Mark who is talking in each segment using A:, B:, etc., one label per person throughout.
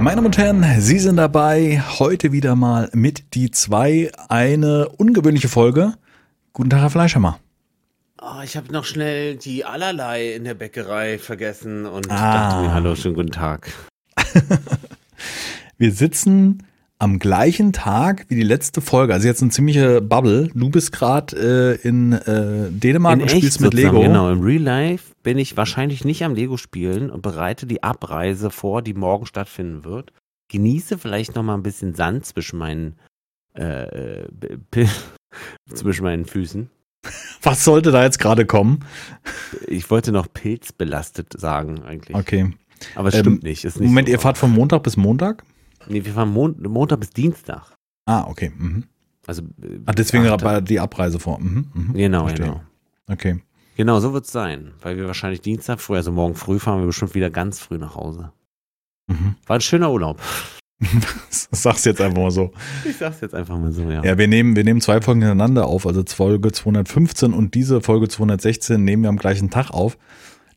A: Meine Damen und Herren, Sie sind dabei. Heute wieder mal mit die zwei. Eine ungewöhnliche Folge. Guten Tag, Herr Fleischhammer.
B: Ah, ich habe noch schnell die Allerlei in der Bäckerei vergessen und
A: Ah.
B: dachte mir, hallo, schönen guten Tag.
A: Wir sitzen am gleichen Tag wie die letzte Folge. Also jetzt eine ziemliche Bubble. Du bist gerade äh, in äh, Dänemark
B: In
A: und
B: echt
A: spielst mit
B: sozusagen,
A: Lego.
B: Genau, im Real Life bin ich wahrscheinlich nicht am Lego spielen und bereite die Abreise vor, die morgen stattfinden wird. Genieße vielleicht noch mal ein bisschen Sand zwischen meinen äh, äh, b- b- zwischen meinen Füßen.
A: Was sollte da jetzt gerade kommen?
B: Ich wollte noch pilzbelastet sagen eigentlich,
A: Okay.
B: aber es
A: Ähm,
B: stimmt nicht. Ist nicht
A: Moment,
B: so.
A: ihr fahrt von Montag bis Montag?
B: Nee, wir fahren Mon Montag bis Dienstag.
A: Ah, okay. Mhm.
B: Also
A: Ah, deswegen
B: achte-
A: war die Abreise vor. Mhm, mhm.
B: Genau,
A: Verstehe.
B: genau.
A: Okay.
B: Genau, so wird's sein. Weil wir wahrscheinlich Dienstag früh, also morgen früh fahren wir bestimmt wieder ganz früh nach Hause.
A: Mhm.
B: War ein schöner Urlaub.
A: Sag's jetzt einfach mal so.
B: Ich sag's jetzt einfach mal so, ja.
A: Ja, wir nehmen, wir nehmen zwei Folgen hintereinander auf, also Folge 215 und diese Folge 216 nehmen wir am gleichen Tag auf.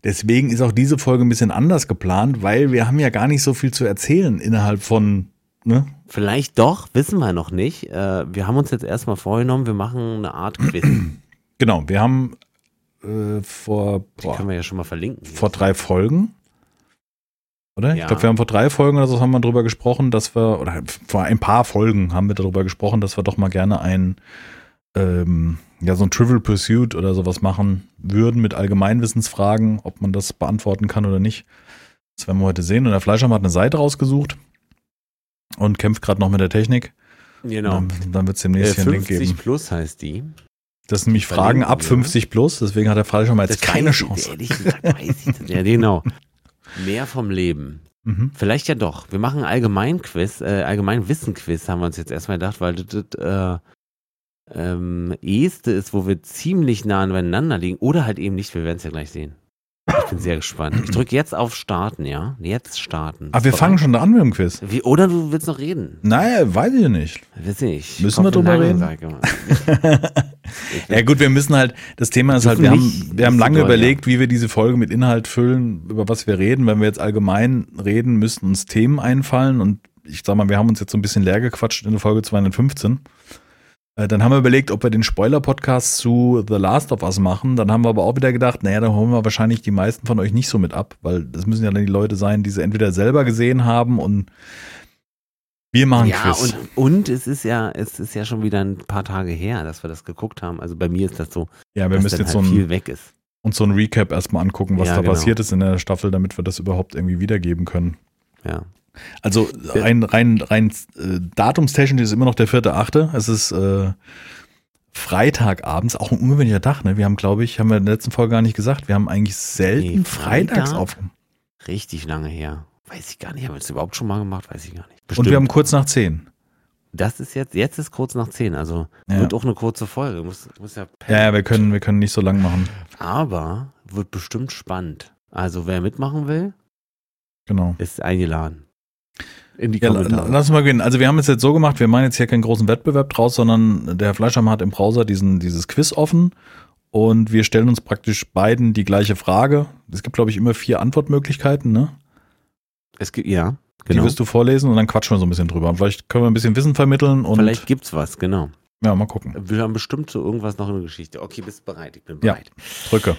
A: Deswegen ist auch diese Folge ein bisschen anders geplant, weil wir haben ja gar nicht so viel zu erzählen innerhalb von, ne?
B: Vielleicht doch, wissen wir noch nicht. Äh, wir haben uns jetzt erstmal vorgenommen, wir machen eine Art Quiz.
A: Genau, wir haben äh, vor,
B: Die können
A: boah,
B: wir ja schon mal verlinken.
A: vor drei Folgen, oder? Ich
B: Ja.
A: glaube, wir haben vor drei Folgen oder so haben wir drüber gesprochen, dass wir, oder vor ein paar Folgen haben wir darüber gesprochen, dass wir doch mal gerne ein, ähm, ja, so ein Trivial Pursuit oder sowas machen würden mit Allgemeinwissensfragen, ob man das beantworten kann oder nicht. Das werden wir heute sehen. Und der Fleischhammer hat eine Seite rausgesucht und kämpft gerade noch mit der Technik.
B: Genau.
A: Dann, dann wird es
B: Äh,
A: demnächst hier einen Link
B: 50
A: geben.
B: plus heißt die.
A: Das sind nämlich
B: verlinken
A: Fragen ab
B: wir.
A: 50 plus, deswegen hat der Fleischhammer jetzt keine
B: weiß ich,
A: Chance.
B: Ehrlich gesagt, weiß ich das. Ja, genau. Mehr vom Leben.
A: Mhm.
B: Vielleicht ja doch. Wir machen Allgemeinquiz, äh, Allgemeinwissen-Quiz, haben wir uns jetzt erstmal gedacht, weil das, das äh, ähm, eheste ist, wo wir ziemlich nah aneinander liegen. Oder halt eben nicht, wir werden es ja gleich sehen. Ich bin sehr gespannt. Ich drücke jetzt auf Starten, ja? Jetzt starten.
A: Aber Ah, wir fangen schon an mit dem Quiz.
B: Wie, oder du willst noch reden?
A: Naja, weiß ich nicht.
B: Weiß nicht.
A: Hm. Müssen wir
B: Kopf in
A: drüber
B: Nacken,
A: reden?
B: sag ich immer.
A: Ja gut, wir müssen halt, das Thema ist
B: Wir
A: halt, wir
B: dürfen
A: haben,
B: nicht-
A: wir haben
B: nicht
A: lange
B: so doll,
A: überlegt, wie wir diese Folge mit Inhalt füllen, über was wir reden. Wenn wir jetzt allgemein reden, müssten uns Themen einfallen und ich sag mal, wir haben uns jetzt so ein bisschen leer gequatscht in der Folge 215. Äh, Dann haben wir überlegt, ob wir den Spoiler-Podcast zu The Last of Us machen. Dann haben wir aber auch wieder gedacht, naja, da holen wir wahrscheinlich die meisten von euch nicht so mit ab, weil das müssen ja dann die Leute sein, die sie entweder selber gesehen haben und wir machen
B: Ja,
A: Quiz.
B: und, und es ist ja, es ist ja schon wieder ein paar Tage her, dass wir das geguckt haben. Also bei mir ist das so,
A: ja, wir
B: dass
A: müssen
B: dann
A: jetzt so
B: halt
A: ein
B: viel weg ist.
A: uns so ein Recap erstmal angucken, was
B: Ja,
A: da
B: genau.
A: passiert ist in der Staffel, damit wir das überhaupt irgendwie wiedergeben können.
B: Ja.
A: Also rein, rein, rein äh, datumstechnisch ist immer noch der vierte, achte. Es ist äh, Freitagabends, auch ein ungewöhnlicher Tag. Ne? Wir haben, glaube ich, haben wir in der letzten Folge gar nicht gesagt, wir haben eigentlich selten
B: Nee,
A: freitags
B: Freitag?
A: auf.
B: Richtig lange her. Weiß ich gar nicht. Haben wir das überhaupt schon mal gemacht? Weiß ich gar nicht.
A: Und wir haben kurz nach zehn.
B: das ist jetzt, jetzt ist kurz nach 10, also
A: Ja.
B: wird auch eine kurze Folge. Muss, muss ja
A: Ja, ja, wir können, wir können nicht so lang machen.
B: Aber wird bestimmt spannend. Also wer mitmachen will,
A: Genau.
B: ist eingeladen. In die
A: Ja, la- la-
B: Kommentare.
A: lass uns mal gehen. Also wir haben es jetzt so gemacht, wir machen jetzt hier keinen großen Wettbewerb draus, sondern der Herr Fleischhammer hat im Browser diesen, dieses Quiz offen und wir stellen uns praktisch beiden die gleiche Frage. Es gibt, glaube ich, immer vier Antwortmöglichkeiten, ne?
B: es gibt, ja,
A: Die
B: genau.
A: wirst du vorlesen und dann quatschen wir so ein bisschen drüber. Und vielleicht können wir ein bisschen Wissen vermitteln und
B: Vielleicht gibt's was, genau.
A: ja, mal gucken.
B: Wir haben bestimmt so irgendwas noch in der Geschichte. Okay, bist bereit? Ich bin
A: Ja.
B: bereit.
A: Drücke.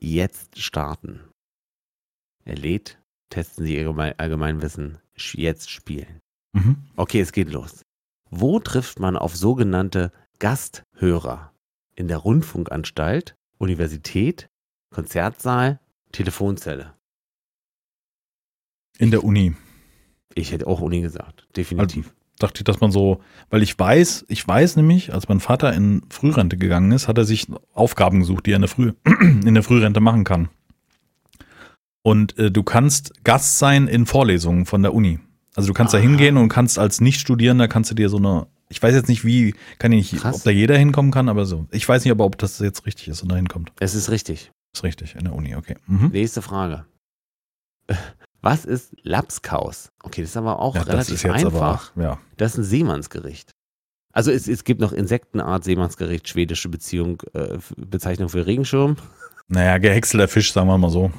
B: Jetzt starten. Er lädt. Testen Sie Ihr Geme- Allgemeinwissen. Sch- Jetzt spielen.
A: Mhm.
B: Okay, es geht los. Wo trifft man auf sogenannte Gasthörer? In der Rundfunkanstalt, Universität, Konzertsaal, Telefonzelle.
A: In der Uni.
B: Ich hätte auch Uni gesagt, definitiv.
A: Dachte ich, dass man so, weil ich weiß, ich weiß nämlich, als mein Vater in Frührente gegangen ist, hat er sich Aufgaben gesucht, die er in der, Früh, in der Frührente machen kann. Und äh, du kannst Gast sein in Vorlesungen von der Uni. Also du kannst da
B: Ah.
A: hingehen und kannst als Nicht-Studierender kannst du dir so eine, ich weiß jetzt nicht wie, kann ich nicht,
B: Krass.
A: ob da jeder hinkommen kann, aber so. Ich weiß nicht, aber ob das jetzt richtig ist und da hinkommt.
B: Es ist richtig.
A: Ist richtig, in der Uni, okay. Mhm.
B: Nächste Frage. Was ist Lapskaus? Okay, das ist aber auch
A: Ja,
B: relativ
A: das ist jetzt
B: einfach.
A: aber, ja.
B: Das ist ein Seemannsgericht. Also es, es gibt noch Insektenart, Seemannsgericht, schwedische Beziehung, äh, Bezeichnung für Regenschirm.
A: Naja, gehäckselter Fisch, sagen wir mal so.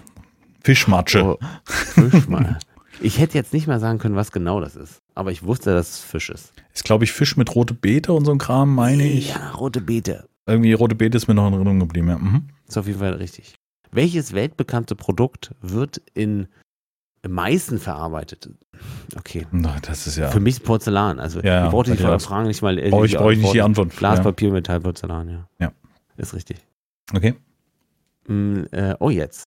A: Fischmatsche.
B: Oh, Fisch mal. Ich hätte jetzt nicht mal sagen können, was genau das ist. Aber ich wusste, dass es Fisch ist.
A: Ist, glaube ich, Fisch mit rote Beete und so ein Kram, meine ich.
B: Ja, rote Beete.
A: Irgendwie rote Beete ist mir noch in Erinnerung geblieben. Ja. Mhm.
B: Ist auf jeden Fall richtig. Welches weltbekannte Produkt wird in Meißen verarbeitet? Okay.
A: Na, Das ist ja.
B: Für mich ist Porzellan. Also
A: Ja,
B: ich brauchte die
A: bei dir
B: Fra-
A: aus.
B: Fragen nicht mal. äh,
A: Brauche ich, brauche ich nicht die
B: Antworten.
A: Antwort.
B: Glas,
A: ja.
B: Papier, Metall, Porzellan, ja.
A: Ja.
B: Ist richtig.
A: Okay.
B: Mm, äh, oh, jetzt.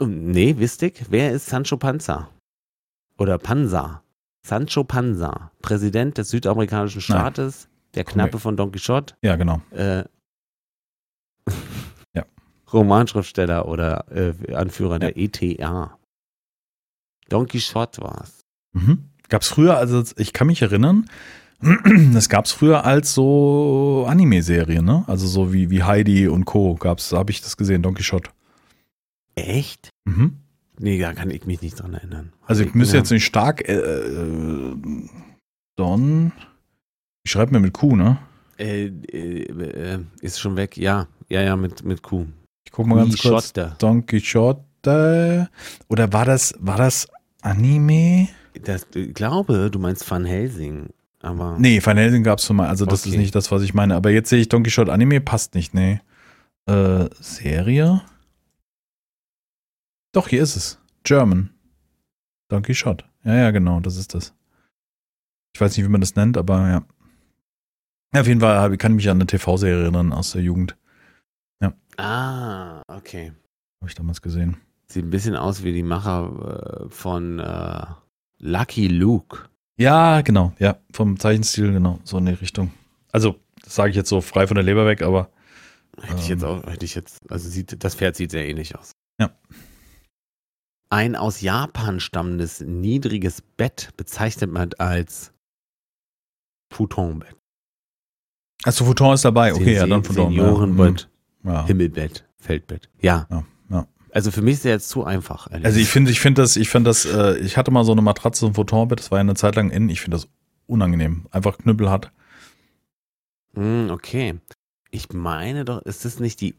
B: Mm, Nee, Wistig. Wer ist Sancho Panza? Oder Panza? Sancho Panza, Präsident des südamerikanischen Staates, der
A: Komm
B: Knappe von Don Quixote,
A: Ja, genau.
B: äh,
A: Ja.
B: Romanschriftsteller oder äh, Anführer der ETA. Don Quixote war's.
A: Mhm. Gab es früher, also ich kann mich erinnern, das gab es früher als so Anime-Serie, ne? Also so wie, wie Heidi und Co. gab's, da habe ich das gesehen, Don Quixote.
B: Echt?
A: Mhm.
B: Nee, da kann ich mich nicht dran erinnern.
A: Also ich müsste
B: Ja.
A: jetzt nicht stark äh, äh, Don. Ich schreibe mir mit Q, ne?
B: Äh, äh, äh, ist schon weg, ja. Ja, ja, mit, mit Q.
A: Ich gucke mal ganz kurz.
B: Quixote.
A: Don Quixote. Oder war das, war das Anime?
B: Das, ich glaube, du meinst Van Helsing, aber
A: Nee, Van Helsing gab es schon mal. Also das
B: Okay.
A: ist nicht das, was ich meine. Aber jetzt sehe ich Don Quixote Anime, passt nicht, nee. Äh, Serie? Doch, hier ist es. German. Don Quixote. Ja, ja, genau, das ist das. Ich weiß nicht, wie man das nennt, aber ja. ja auf jeden Fall hab- kann ich mich an eine TV-Serie erinnern aus der Jugend.
B: ah, okay.
A: Habe ich damals gesehen.
B: Sieht ein bisschen aus wie die Macher äh, von äh, Lucky Luke.
A: Ja, genau. Ja, vom Zeichenstil, genau. So in die Richtung. Also, das sage ich jetzt so frei von der Leber weg, aber
B: Hätte ich jetzt auch, hätte ich jetzt, also sieht, das Pferd sieht sehr ähnlich aus.
A: Ähm. Ja.
B: Ein aus Japan stammendes niedriges Bett bezeichnet man als Futonbett.
A: Also Futon ist dabei, okay, ja, dann Futon.
B: Seniorenbett,
A: Ja. Mhm. ja.
B: Himmelbett, Feldbett. Ja.
A: Ja, ja.
B: Also für mich ist der jetzt zu einfach. ehrlich
A: Also ich finde, ich finde das, ich finde das, äh, ich hatte mal so eine Matratze, so ein Futonbett, das war ja eine Zeit lang in, ich finde das unangenehm. Einfach knüppelhart.
B: Hm, okay. Ich meine doch, ist das nicht die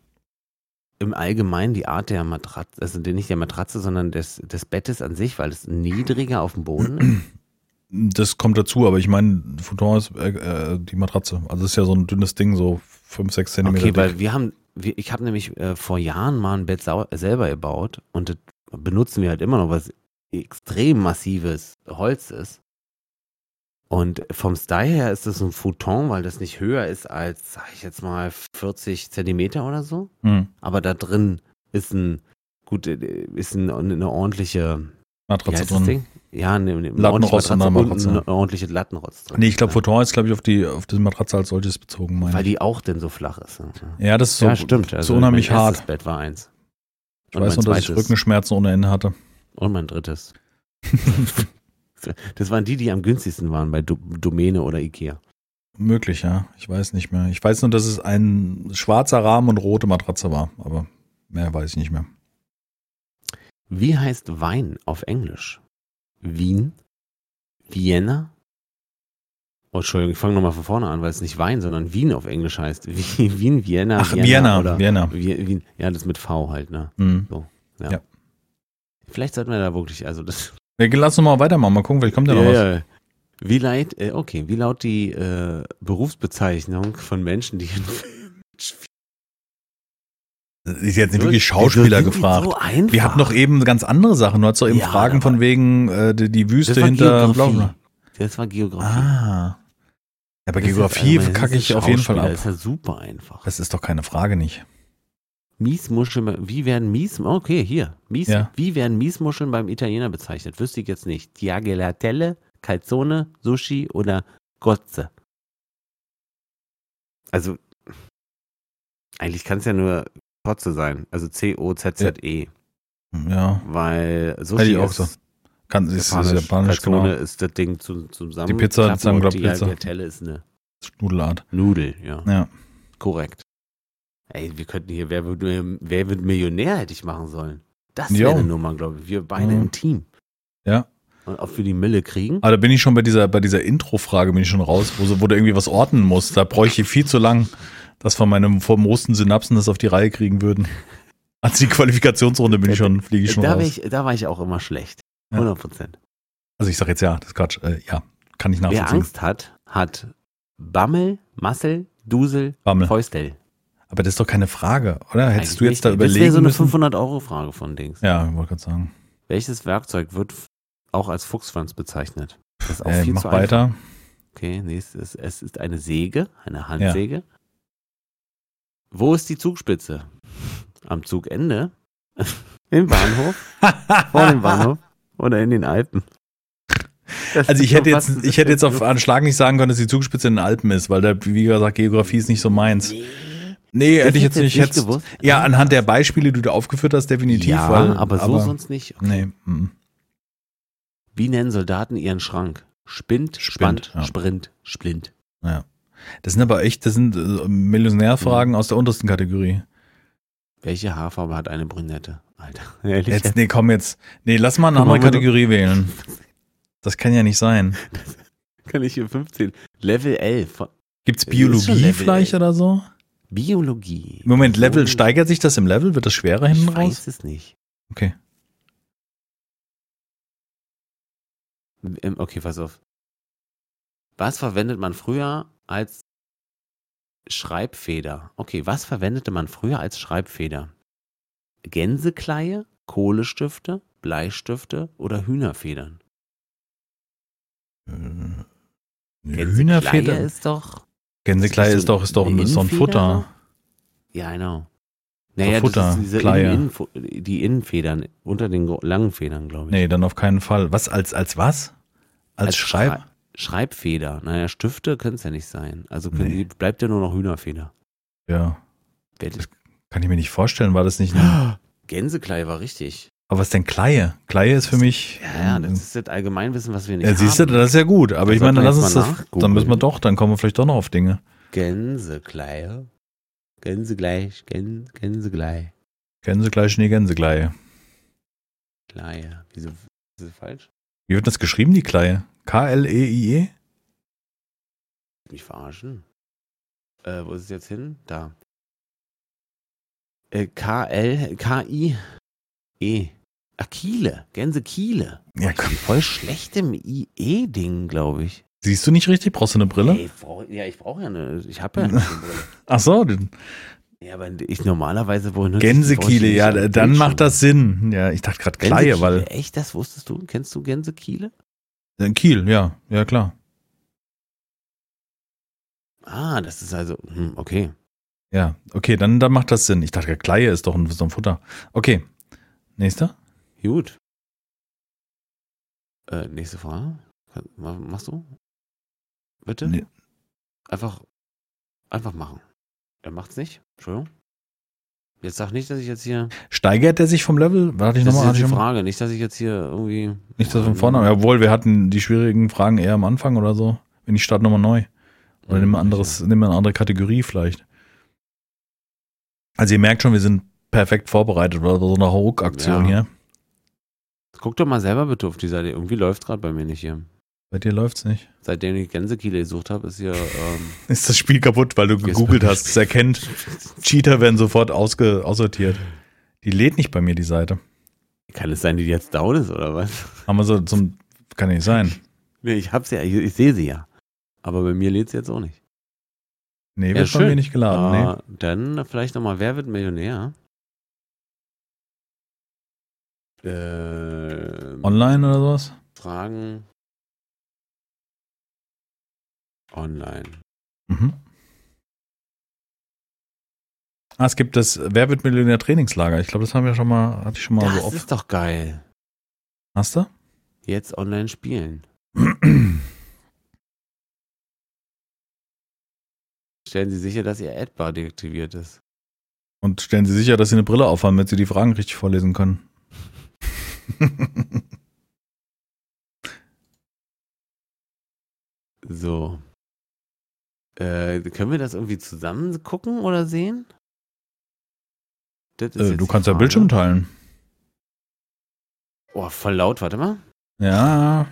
B: im Allgemeinen die Art der Matratze, also die- nicht der Matratze, sondern des, des Bettes an sich, weil es niedriger auf dem Boden ist?
A: Das kommt dazu, aber ich meine, Futon ist äh, äh, die Matratze. Also es ist ja so ein dünnes Ding, so fünf, sechs Zentimeter
B: Okay, weil
A: dick.
B: wir haben, wir, ich habe nämlich äh, vor Jahren mal ein Bett sau- selber gebaut und das benutzen wir halt immer noch, weil es extrem massives Holz ist. Und vom Style her ist das ein Futon, weil das nicht höher ist als, sag ich jetzt mal, 40 Zentimeter oder so.
A: Hm,
B: aber da drin ist ein gut äh, ist ein, eine ordentliche wie
A: Matratze
B: heißt das
A: drin.
B: Ding? Ja, eine, eine
A: Lattenrost
B: ordentliche
A: in der
B: Matratze
A: Matratze.
B: und ein ordentliches Lattenrost drin.
A: Nee, ich glaube,
B: ja.
A: Futon ist, glaube ich, auf die auf diese Matratze als solches bezogen, meine
B: weil
A: ich.
B: die auch denn so flach ist. ne?
A: Ja, das ist so,
B: ja, stimmt. Also
A: so unheimlich
B: mein
A: hart.
B: erstes Bett war eins.
A: Ich weiß nur, dass ich Rückenschmerzen ohne Ende hatte.
B: und mein drittes. Das waren die, die am günstigsten waren bei Do Domäne oder Ikea.
A: Möglich, ja. Ich weiß nicht mehr. Ich weiß nur, dass es ein schwarzer Rahmen und rote Matratze war, aber mehr weiß ich nicht mehr.
B: Wie heißt Wein auf Englisch? Wien? Vienna? Oh, Entschuldigung, ich fange nochmal von vorne an, weil es nicht Wein, sondern Wien auf Englisch heißt. Wien, Wien Vienna.
A: Ach, Vienna,
B: oder
A: Vienna.
B: Wie- Wien, ja, das mit V halt, ne?
A: Mhm.
B: Vielleicht sollten wir da wirklich, also das.
A: Ja, lass uns mal weitermachen, mal gucken, vielleicht kommt ja noch was.
B: Ja, ja. Wie laut, äh, okay, wie laut die äh, Berufsbezeichnung von Menschen, die in
A: Ist jetzt nicht wirklich
B: Wieso
A: Schauspieler
B: sind die
A: gefragt.
B: So einfach?
A: Wir hatten doch eben ganz andere Sachen. Du hattest doch eben
B: Ja,
A: Fragen
B: aber-
A: von wegen äh, die, die
B: das
A: Wüste
B: war
A: hinter
B: Geografie.
A: bla bla.
B: Das war Geografie.
A: Ah. Ja, bei
B: Das ist
A: Geografie
B: jetzt einmal-
A: kacke
B: das ist
A: ich auf jeden Fall
B: Schauspieler,
A: ab.
B: Das ist ja super einfach.
A: Das ist doch keine Frage nicht.
B: Miesmuscheln, wie werden Mies, okay, hier, Mies,
A: Ja.
B: wie werden Miesmuscheln beim Italiener bezeichnet? Wüsste ich jetzt nicht. Tagliatelle, Calzone, Sushi oder Gozze? Also, eigentlich kann es ja nur Kotze sein, also C-O-Z-Z-E,
A: Hm, Ja.
B: E, weil Sushi
A: Hätte ich auch
B: ist
A: so. Kann, ist japanisch, ist japanisch
B: Calzone
A: genau.
B: ist das Ding zu, zusammen.
A: Die Pizza
B: und
A: zusammenklappen, Pizza.
B: Tagliatelle ist eine
A: Nudelart.
B: Nudel, ja.
A: Ja.
B: Korrekt. Ey, wir könnten hier, wer wird, wer wird Millionär, hätte ich machen sollen. Das
A: Jo.
B: wäre eine Nummer, glaube ich. Wir beide
A: Mhm.
B: im Team.
A: Ja. Ah,
B: Und ob wir die Mille kriegen?
A: Aber da bin ich schon bei dieser, bei dieser Intro-Frage, bin ich schon raus, wo, so- wo du irgendwie was ordnen musst. Da bräuchte ich viel zu lang, dass von meinem formosten Synapsen das auf die Reihe kriegen würden.
B: Äh,
A: Also die Qualifikationsrunde bin ich schon, fliege ich schon
B: da, wär
A: raus.
B: ich, da war ich auch immer schlecht.
A: Ja.
B: 100 Prozent.
A: Also ich sage jetzt ja, das ist Quatsch. Äh, ja, kann ich
B: Wer
A: nachvollziehen.
B: Angst hat, hat Bammel, Massel, Dusel,
A: Bammel.
B: Fäustel.
A: Aber das ist doch keine Frage, oder? Hättest
B: Eigentlich
A: du jetzt
B: nicht.
A: da
B: Das wäre
A: überlegen
B: so eine
A: müssen?
B: 500-Euro-Frage von Dings.
A: Ja, wollte gerade sagen.
B: Welches Werkzeug wird f- auch als Fuchsschwanz bezeichnet? Das ist auch
A: Äh,
B: viel
A: mach
B: zu einfach.
A: weiter.
B: Okay, nächstes. Es ist eine Säge, eine Handsäge. Wo ist die Zugspitze? Am Zugende? Im Bahnhof? vor dem Bahnhof? Oder in den Alpen? Das
A: Also
B: ist
A: ich
B: doch
A: hätte
B: was-
A: jetzt, ich hätte jetzt auf Anschlag nicht sagen können, dass die Zugspitze in den Alpen ist, weil da, wie gesagt, Geografie ist nicht so meins. Nee,
B: Das
A: hätte ich jetzt nicht. Hättest,
B: gewusst.
A: ja, anhand der Beispiele, die du aufgeführt hast, definitiv.
B: ja,
A: weil,
B: aber so sonst nicht.
A: Nee, mm.
B: Wie nennen Soldaten ihren Schrank? Spind,
A: Spind,
B: Spannt,
A: ja.
B: Sprint, Splint.
A: das sind aber echt, das sind äh, Millionärfragen
B: Mhm.
A: aus der untersten Kategorie.
B: Welche Haarfarbe hat eine Brünette? Alter, ehrlich,
A: Jetzt, nee, komm jetzt. Nee, lass mal eine
B: Guck mal,
A: andere
B: wo du-
A: Kategorie wählen. Das kann ja nicht sein.
B: kann ich hier 15. Level 11 von
A: Gibt's
B: Ist schon
A: Biologie
B: Level,
A: vielleicht
B: ey.
A: oder so?
B: Biologie.
A: Im Moment, Level,
B: So-
A: steigert sich das im Level? Wird das schwerer hinten
B: Ich
A: raus?
B: weiß es nicht.
A: Okay.
B: Ähm, Okay, pass auf. Was verwendet man früher als Schreibfeder? Okay, was verwendete man früher als Schreibfeder? Gänsekleie, Kohlestifte, Bleistifte oder Hühnerfedern?
A: Eine
B: Gänsekleie
A: Hühnerfeder?
B: ist doch.
A: Gänsekleie
B: ist so
A: ist doch, ist doch
B: eine
A: ein, ist doch ein
B: Innenfeder,
A: Futter.
B: Ja, genau. Naja,
A: Futter,
B: das ist diese
A: Kleie.
B: Innen Innenfo- die Innenfedern unter den gro- langen Federn, glaube ich.
A: Nee, dann auf keinen Fall. Was, als, als was? Als, Schreib?
B: Schrei- Schreibfeder. Naja, Stifte können es ja nicht sein. Also können
A: Nee.
B: die, bleibt ja nur noch Hühnerfeder.
A: Ja.
B: Wer-
A: Kann ich mir nicht vorstellen, war das nicht ein,
B: Gänseklei war richtig.
A: Aber was denn Kleie? Kleie ist für mich. ähm,
B: Ja, ja, das ist das Allgemeinwissen, was wir nicht
A: Ja,
B: haben.
A: siehst du, das ist ja gut. Aber
B: Dann
A: ich meine, dann lass
B: sollten wir
A: uns
B: jetzt mal
A: das. Dann
B: nachgoogeln.
A: müssen wir doch, dann kommen wir vielleicht doch noch auf Dinge.
B: Gänsekleie. Gänsegleich, Gän, Gänseglei.
A: Gänseglei, Schnee, Gänsekleie.
B: Kleie. Wieso ist das falsch?
A: Wie wird das geschrieben, die Kleie? E K-L-E-I-E?
B: Mich verarschen. Äh, wo ist es jetzt hin? Da. Äh, K-L, K-I-E. E. Ach, Kiele. Gänsekiele.
A: Ja, komm.
B: Voll schlecht im IE-Ding, glaube ich.
A: Siehst du nicht richtig? Brauchst du eine Brille?
B: Ey, ich brauch, ja, ich brauche ja eine. Ich habe ja eine Brille.
A: Ach so, den-
B: Ja, aber ich normalerweise wohl
A: Gänsekiele, ja, dann macht das Sinn. Ja, ich dachte gerade Kleie, weil.
B: Echt, das wusstest du? Kennst du Gänsekiele?
A: Äh, Kiel, ja, ja klar.
B: Ah, das ist also. Hm, okay.
A: Ja, okay, dann, dann macht das Sinn. Ich dachte, Kleie ist doch ein, so ein Futter. Okay, nächster.
B: Gut. Äh, nächste Frage. Kann- ma- Machst du? Bitte?
A: Nee.
B: Einfach. Einfach machen. Er macht's nicht. Entschuldigung. Jetzt sag nicht, dass ich jetzt hier.
A: Steigert der sich vom Level? Warte ich
B: Das ist
A: nochmal.
B: jetzt die
A: Noch mal?
B: Frage. Nicht, dass ich jetzt hier irgendwie.
A: nicht das von vorne. Jawohl, wir hatten die schwierigen Fragen eher am Anfang oder so. Wenn ich starte nochmal neu. Oder
B: äh,
A: nimm, ein anderes, nimm eine andere Kategorie vielleicht. Also ihr merkt schon, wir sind perfekt vorbereitet bei so einer Ruck-Aktion
B: Ja.
A: hier.
B: Guck doch mal selber bitte auf die Seite. Irgendwie läuft's gerade bei mir nicht hier.
A: Bei dir läuft's nicht.
B: Seitdem ich Gänsekiele gesucht habe, ist hier. Ähm,
A: Ist das Spiel kaputt, weil du gegoogelt hast, es erkennt. Cheater werden sofort ausge aussortiert. Die lädt nicht bei mir, die Seite.
B: Kann es sein, die jetzt down ist oder was?
A: Haben wir so zum. Kann nicht sein.
B: Nee, ich hab's ja. Ich, ich sehe sie ja. Aber bei mir lädt's jetzt auch nicht.
A: Nee,
B: Ja,
A: wird bei mir
B: schön.
A: nicht geladen. nee.
B: Ah, Dann vielleicht nochmal, wer wird Millionär? Äh,
A: Online oder sowas?
B: Fragen online.
A: Mhm. Ah, es gibt das Wer wird Millionär Trainingslager. Ich glaube, das haben wir schon mal, hatte ich schon mal so
B: Das
A: oft.
B: ist doch geil.
A: Hast du?
B: Jetzt online spielen. Stellen Sie sicher, dass Ihr Adbar deaktiviert ist.
A: Und stellen Sie sicher, dass Sie eine Brille aufhaben, damit Sie die Fragen richtig vorlesen können. Äh,
B: So. Äh, können wir das irgendwie zusammen gucken oder sehen? Das ist
A: äh,
B: jetzt
A: du
B: die
A: kannst ja
B: Frage.
A: Bildschirm teilen.
B: Oh, voll laut, warte mal.
A: Ja,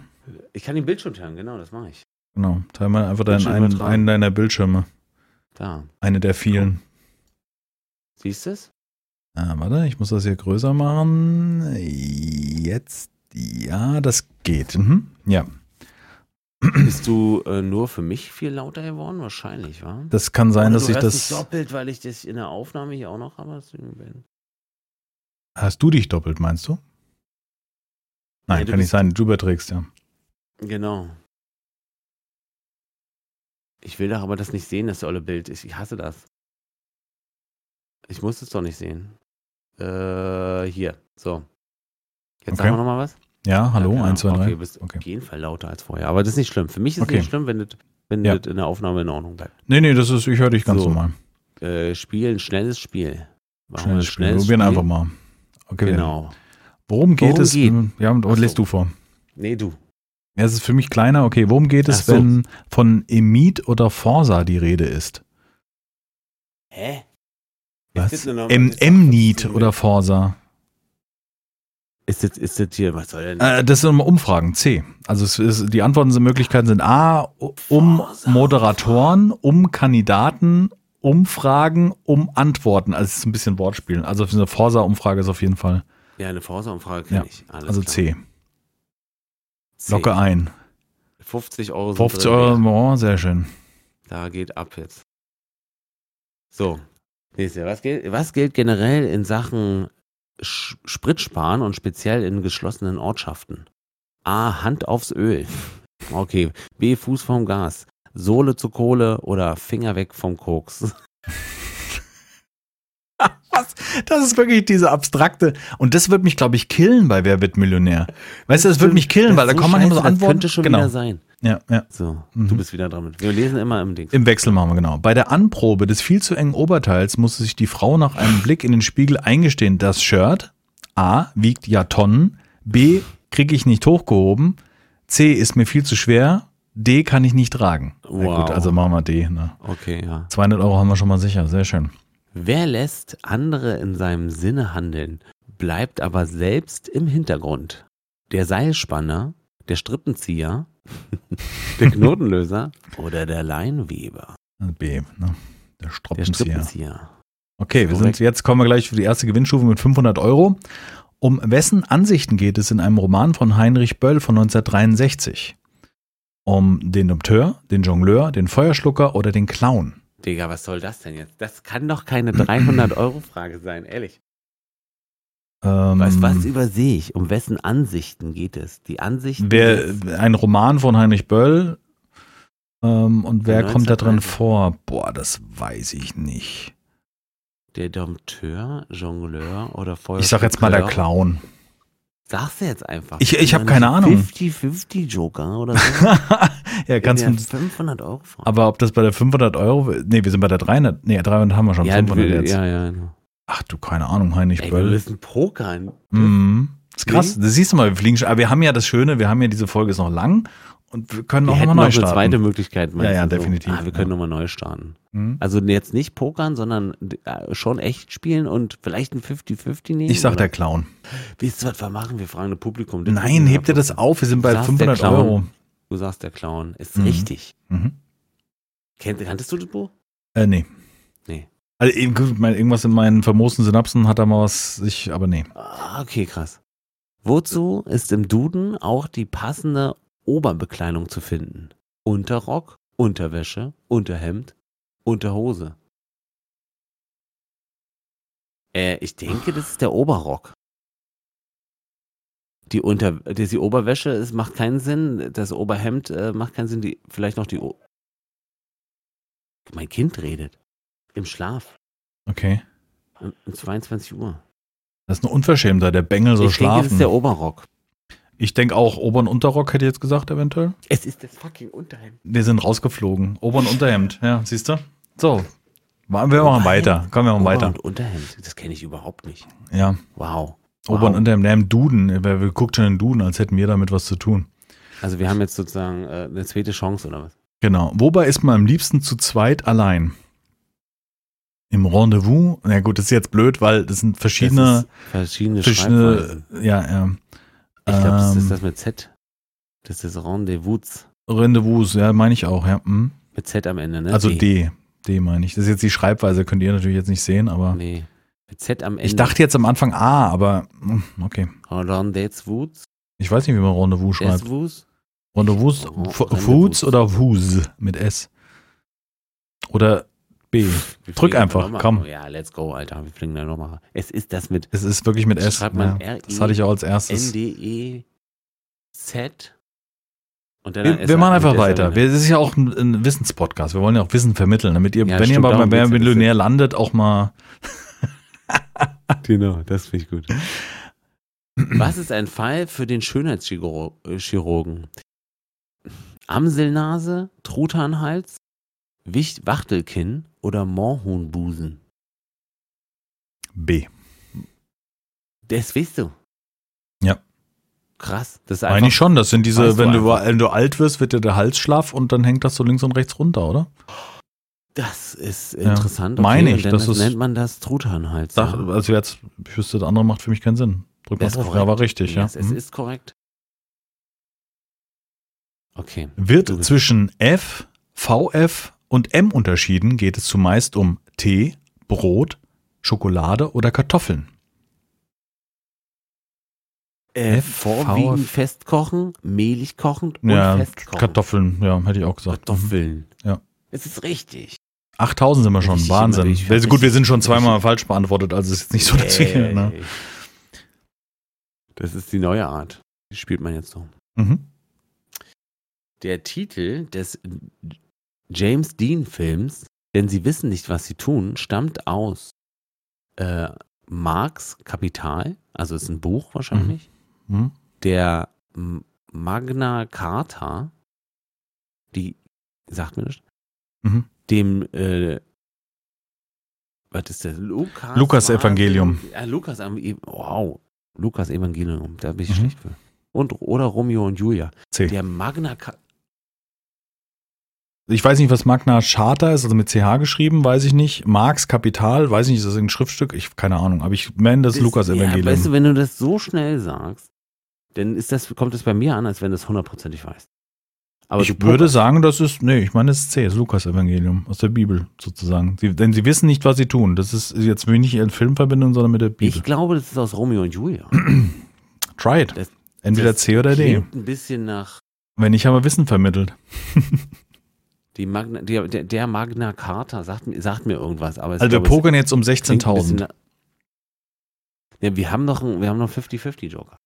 B: Ich kann den Bildschirm teilen, genau, das mache ich.
A: genau. Teil mal einfach deinen,
B: Bildschirm
A: einen,
B: übertragen. Genau.
A: einen deiner Bildschirme.
B: Da.
A: Eine der vielen.
B: Siehst du es?
A: Ah, warte, ich muss das hier größer machen. Jetzt Ja, das geht. Mhm. Ja,
B: Bist du äh, nur für mich viel lauter geworden? Wahrscheinlich, wa?
A: das kann sein,
B: Oder
A: dass
B: du
A: ich
B: hörst dich
A: das.
B: doppelt, weil ich das in der Aufnahme hier auch noch habe. Das- Nee,
A: Hast du dich doppelt, meinst du? Nein,
B: Nee, du
A: kann nicht
B: bist-
A: sein. Du überträgst, ja.
B: Genau. Ich will doch aber das nicht sehen, das olle Bild. Ich, ich hasse das. Ich muss es doch nicht sehen. Äh, hier. So. Jetzt
A: Okay.
B: sagen wir nochmal was.
A: Ja, hallo,
B: Ja, genau.
A: 1, 2, 3.
B: Okay, du bist
A: Okay.
B: auf jeden Fall lauter als vorher. Aber das ist nicht schlimm. Für mich ist
A: Okay.
B: es nicht schlimm, wenn, das, wenn
A: Ja.
B: das in der Aufnahme in Ordnung bleibt.
A: Nee, nee, das ist, ich höre dich ganz
B: So,
A: normal.
B: Äh, spielen, schnelles Spiel. Machen wir ein
A: Schnelles Spiel. Probieren einfach mal. Okay.
B: Genau.
A: Worum geht
B: Worum
A: es?
B: geht-
A: Ja, und
B: Ach so.
A: lest du vor.
B: Nee, du.
A: Ja, es ist für mich kleiner. Okay, worum geht
B: Ach
A: es,
B: so.
A: wenn von Emit oder Forsa die Rede ist?
B: Hä?
A: Was?
B: das eine normale-
A: M-
B: das ist doch
A: M-Need
B: trotzdem-
A: oder Forsa?
B: Ist das, ist das hier, was soll denn
A: Äh, das sind immer Umfragen, C. Also es ist, die Antworten sind Möglichkeiten sind A, um Moderatoren, um Kandidaten, Umfragen, um Antworten. Also es ist ein bisschen Wortspielen. Also eine Forsa-Umfrage ist auf jeden Fall.
B: Ja, eine Vorsorgeumfrage kenne
A: Ja,
B: ich. Alles
A: Also
B: klar.
A: C.
B: C.
A: Locke ein.
B: 50 Euro. sind
A: 50
B: drin.
A: Euro, oh, sehr schön.
B: Da geht ab jetzt. So. Nächste. Was gilt, was gilt generell in Sachen Sch Spritsparen und speziell in geschlossenen Ortschaften? A. Hand aufs Öl. Okay. B. Fuß vom Gas. Sohle zu Kohle oder Finger weg vom Koks.
A: Das ist wirklich diese abstrakte. Und das wird mich, glaube ich, killen bei Wer wird Millionär. Weißt du, das wird mich killen, weil da
B: ist
A: kommen man
B: scheiße,
A: immer so
B: das
A: Antworten.
B: Könnte schon wieder
A: genau.
B: sein.
A: Ja, ja.
B: So, du
A: Mhm.
B: bist wieder dran. mit- Wir lesen immer im Ding.
A: Im Wechsel machen wir genau. Bei der Anprobe des viel zu engen Oberteils musste sich die Frau nach einem Blick in den Spiegel eingestehen, das Shirt A wiegt ja Tonnen, B kriege ich nicht hochgehoben, C ist mir viel zu schwer, D kann ich nicht tragen. Na
B: Wow.
A: gut, also machen wir D. Ne?
B: Okay, ja.
A: 200 Euro haben wir schon mal sicher, sehr schön.
B: Wer lässt andere in seinem Sinne handeln, bleibt aber selbst im Hintergrund? Der Seilspanner, der Strippenzieher, der Knotenlöser oder der Leinweber?
A: B, ne? der
B: Der
A: Stroppenzieher.
B: Strippenzieher.
A: Okay, wir sind,
B: Korrekt.
A: jetzt kommen wir gleich für die erste Gewinnstufe mit 500 Euro. Um wessen Ansichten geht es in einem Roman von Heinrich Böll von 1963? Um den Dompteur, den Jongleur, den Feuerschlucker oder den Clown?
B: Digga, was soll das denn jetzt? Das kann doch keine 300-Euro-Frage sein, ehrlich.
A: Ähm,
B: Was, was übersehe ich? Um wessen Ansichten geht es? Die Ansichten.
A: Wer,
B: des-
A: ein Roman von Heinrich Böll. Ähm, und wer kommt da drin
B: 1930.
A: vor? Boah, das weiß ich nicht.
B: der Dompteur, Jongleur oder Feuer.
A: Ich sag jetzt mal der Clown.
B: Sag's jetzt einfach.
A: Ich- ich hab
B: Dann
A: keine Ahnung.
B: 50-50 Joker oder so.
A: ja, kannst
B: du
A: du.
B: 500 Euro fragen?
A: Aber ob das bei der 500 Euro. Nee, wir sind bei der 300. Nee, 300 haben wir schon.
B: ja,
A: 500
B: wir-
A: jetzt.
B: ja, ja. genau.
A: Ach du, keine Ahnung, Heinrich
B: Ey, wir
A: Böll.
B: müssen pokern.
A: Mhm. Das ist krass.
B: Nee.
A: Das siehst du mal, wir fliegen schon. Aber wir haben ja das Schöne, wir haben ja diese Folge ist noch lang und wir können
B: Wir
A: auch
B: hätten
A: nochmal
B: noch
A: neu
B: eine
A: starten.
B: zweite Möglichkeit. meinst
A: Ja, ja,
B: du so?
A: definitiv,
B: Ah, wir können
A: ja.
B: nochmal neu starten.
A: Mhm.
B: Also jetzt nicht pokern, sondern äh, schon echt spielen und vielleicht ein 50-50 nehmen.
A: Ich sag
B: oder?
A: der Clown.
B: Wisst ihr, was wir machen? Wir fragen das Publikum. Das
A: Nein,
B: wissen wir
A: hebt ihr
B: ab und
A: das
B: zu.
A: auf? Wir sind
B: Du
A: bei
B: sagst,
A: 500
B: der Clown.
A: Euro.
B: Du sagst, der Clown ist
A: Mhm.
B: richtig.
A: Mhm.
B: Kennt, kanntest du das Buch?
A: Äh, nee.
B: Nee.
A: Also, eben, gut, mein, irgendwas in meinen famosen Synapsen hat da mal was, ich, aber nee.
B: Ah, okay, krass. Wozu ist im Duden auch die passende Oberbekleidung zu finden? Unterrock, Unterwäsche, Unterhemd, Unterhose. Äh, ich denke, das ist der Oberrock. Die, Unter die, die Oberwäsche ist, macht keinen Sinn, das Oberhemd äh, macht keinen Sinn, die, vielleicht noch die. O mein Kind redet. Im Schlaf.
A: Okay.
B: Um, um 22 Uhr.
A: Das ist ein Unverschämter, der Bengel so
B: ich denke, das
A: Also schlafen.
B: ist der Oberrock.
A: ich denke auch, Ober- und Unterrock hätte ich jetzt gesagt, eventuell.
B: Es ist das fucking Unterhemd.
A: Wir sind rausgeflogen. Ober- und Unterhemd, ja, siehst du? So. Wir machen
B: Oberhemd.
A: weiter. Kommen wir mal
B: Ober-
A: weiter.
B: und Unterhemd, das kenne ich überhaupt nicht.
A: Ja.
B: Wow. wow.
A: Ober- und Unterhemd, Duden. Wer wer guckt schon in den Duden, als hätten wir damit was zu tun.
B: also wir haben jetzt sozusagen äh, eine zweite Chance oder was?
A: Genau. Wobei ist man am liebsten zu zweit allein? Im Rendezvous? Na gut, das ist jetzt blöd, weil das sind verschiedene,
B: Das ist verschiedene,
A: verschiedene,
B: Schreibweisen.
A: ja, ja.
B: Ich glaube, das
A: ähm,
B: ist das mit Z. Das ist Rendezvous.
A: Rendezvous, ja, meine ich auch, ja. Hm.
B: Mit Z am Ende, ne?
A: Also D. D meine ich. Das ist jetzt die Schreibweise, könnt ihr natürlich jetzt nicht sehen, aber
B: Nee. Mit Z am Ende.
A: ich dachte jetzt am Anfang A, aber hm, okay.
B: Rendezvous.
A: Ich weiß nicht, wie man Rendezvous schreibt.
B: Esvus?
A: Rendezvous,
B: Oh,
A: F-
B: Rendezvous.
A: Foods oder Wus mit S? Oder B.
B: Wir
A: Drück
B: fliegen da
A: einfach,
B: noch mal. Oh
A: komm.
B: Ja, let's go, Alter. Wir fliegen da nochmal. Es ist das mit
A: Es ist wirklich mit S.
B: Schreibt man
A: ja.
B: R-E-
A: Das hatte ich auch als erstes.
B: NDE-Z. Und dann ein
A: Wir,
B: S
A: wir
B: am
A: machen
B: Ende,
A: einfach
B: S am
A: weiter.
B: Ende.
A: Wir- Es ist ja auch ein, ein Wissenspodcast. Wir wollen ja auch Wissen vermitteln, damit ihr,
B: Ja,
A: wenn ihr
B: stimmt,
A: mal
B: darum
A: bei Wer
B: geht's ja,
A: Millionär landet, auch mal.
B: Genau, das finde ich gut. Was ist ein Fall für den äh, Schönheitschirurgen? Amselnase, Truthahnhals, Wicht Wachtelkinn oder Moorhuhnbusen?
A: B.
B: Das weißt du.
A: Ja.
B: Krass. Das ist
A: Meine ich
B: einfach.
A: schon. Das sind diese,
B: Weißt du
A: wenn du, wenn du alt wirst, wird dir der Hals schlaff und dann hängt das so links und rechts runter, oder?
B: Das ist
A: Ja.
B: interessant.
A: Meine ich,
B: und dann
A: das ist-
B: nennt man das Truthahnhals.
A: Sag,
B: ja.
A: also jetzt, ich wüsste, das andere macht für mich keinen Sinn. Drück mal
B: Das ist
A: drauf. Ja,
B: korrekt.
A: war richtig, ja.
B: Yes, Es
A: Mhm.
B: ist korrekt. Okay.
A: Wird
B: Du bist-
A: zwischen F, VF und M unterschieden, geht es zumeist um Tee, Brot, Schokolade oder Kartoffeln.
B: Äh,
A: F,
B: vorwiegend
A: V,
B: fest kochen, mehlig kochend und
A: ja,
B: fest kochen.
A: Kartoffeln, ja, hätte ich auch gesagt.
B: Kartoffeln.
A: Ja.
B: Es ist richtig.
A: 8000 sind wir schon,
B: Richtig
A: Wahnsinn.
B: immer, ich hab
A: also gut, wir
B: richtig-
A: sind schon zweimal falsch beantwortet, also ist jetzt nicht so, dass wir, ne?
B: Ey. Das ist die neue Art. Die spielt man jetzt so.
A: mhm.
B: Der Titel des James Dean Films, denn sie wissen nicht, was sie tun, stammt aus äh, Marx Kapital, also ist ein Buch wahrscheinlich,
A: Mhm.
B: der M- Magna Carta, die sagt mir nicht,
A: Mhm.
B: dem äh, was ist das? Lukas,
A: Lukas
B: Martin-
A: Evangelium.
B: Ja, Lukas Evangelium. Wow. Lukas Evangelium, da bin ich
A: Mhm.
B: schlecht für. Und oder Romeo und Julia.
A: C.
B: Der Magna Carta.
A: Ich weiß nicht, was Magna Charta ist, also mit CH geschrieben, weiß ich nicht. Marx Kapital, weiß ich nicht, ist das ein Schriftstück? Ich keine Ahnung, aber ich meine das, Lukas Evangelium.
B: Ja, weißt du, wenn du das so schnell sagst, dann ist das, kommt es bei mir an, als wenn du es hundertprozentig weißt. Aber
A: ich
B: du
A: würde
B: pokerst.
A: sagen, das ist, nee, ich meine, das ist C, das Lukas-Evangelium aus der Bibel sozusagen. Sie, denn sie wissen nicht, was sie tun. Das ist jetzt will ich nicht ihren Film verbinden, sondern mit der Bibel.
B: ich glaube, das ist aus Romeo und Julia.
A: Try it.
B: Das-
A: Entweder
B: das
A: C oder D.
B: Klingt ein bisschen nach
A: Wenn nicht, haben wir Wissen vermittelt.
B: die Magna, der, der- der Magna Carta, sagt, mir- sagt mir irgendwas. Aber es-
A: Also wir
B: ich glaube,
A: pokern jetzt um
B: es klingt ein
A: 16.000.
B: bisschen nach- Ja, wir haben noch einen wir haben noch einen 50-50 Joker.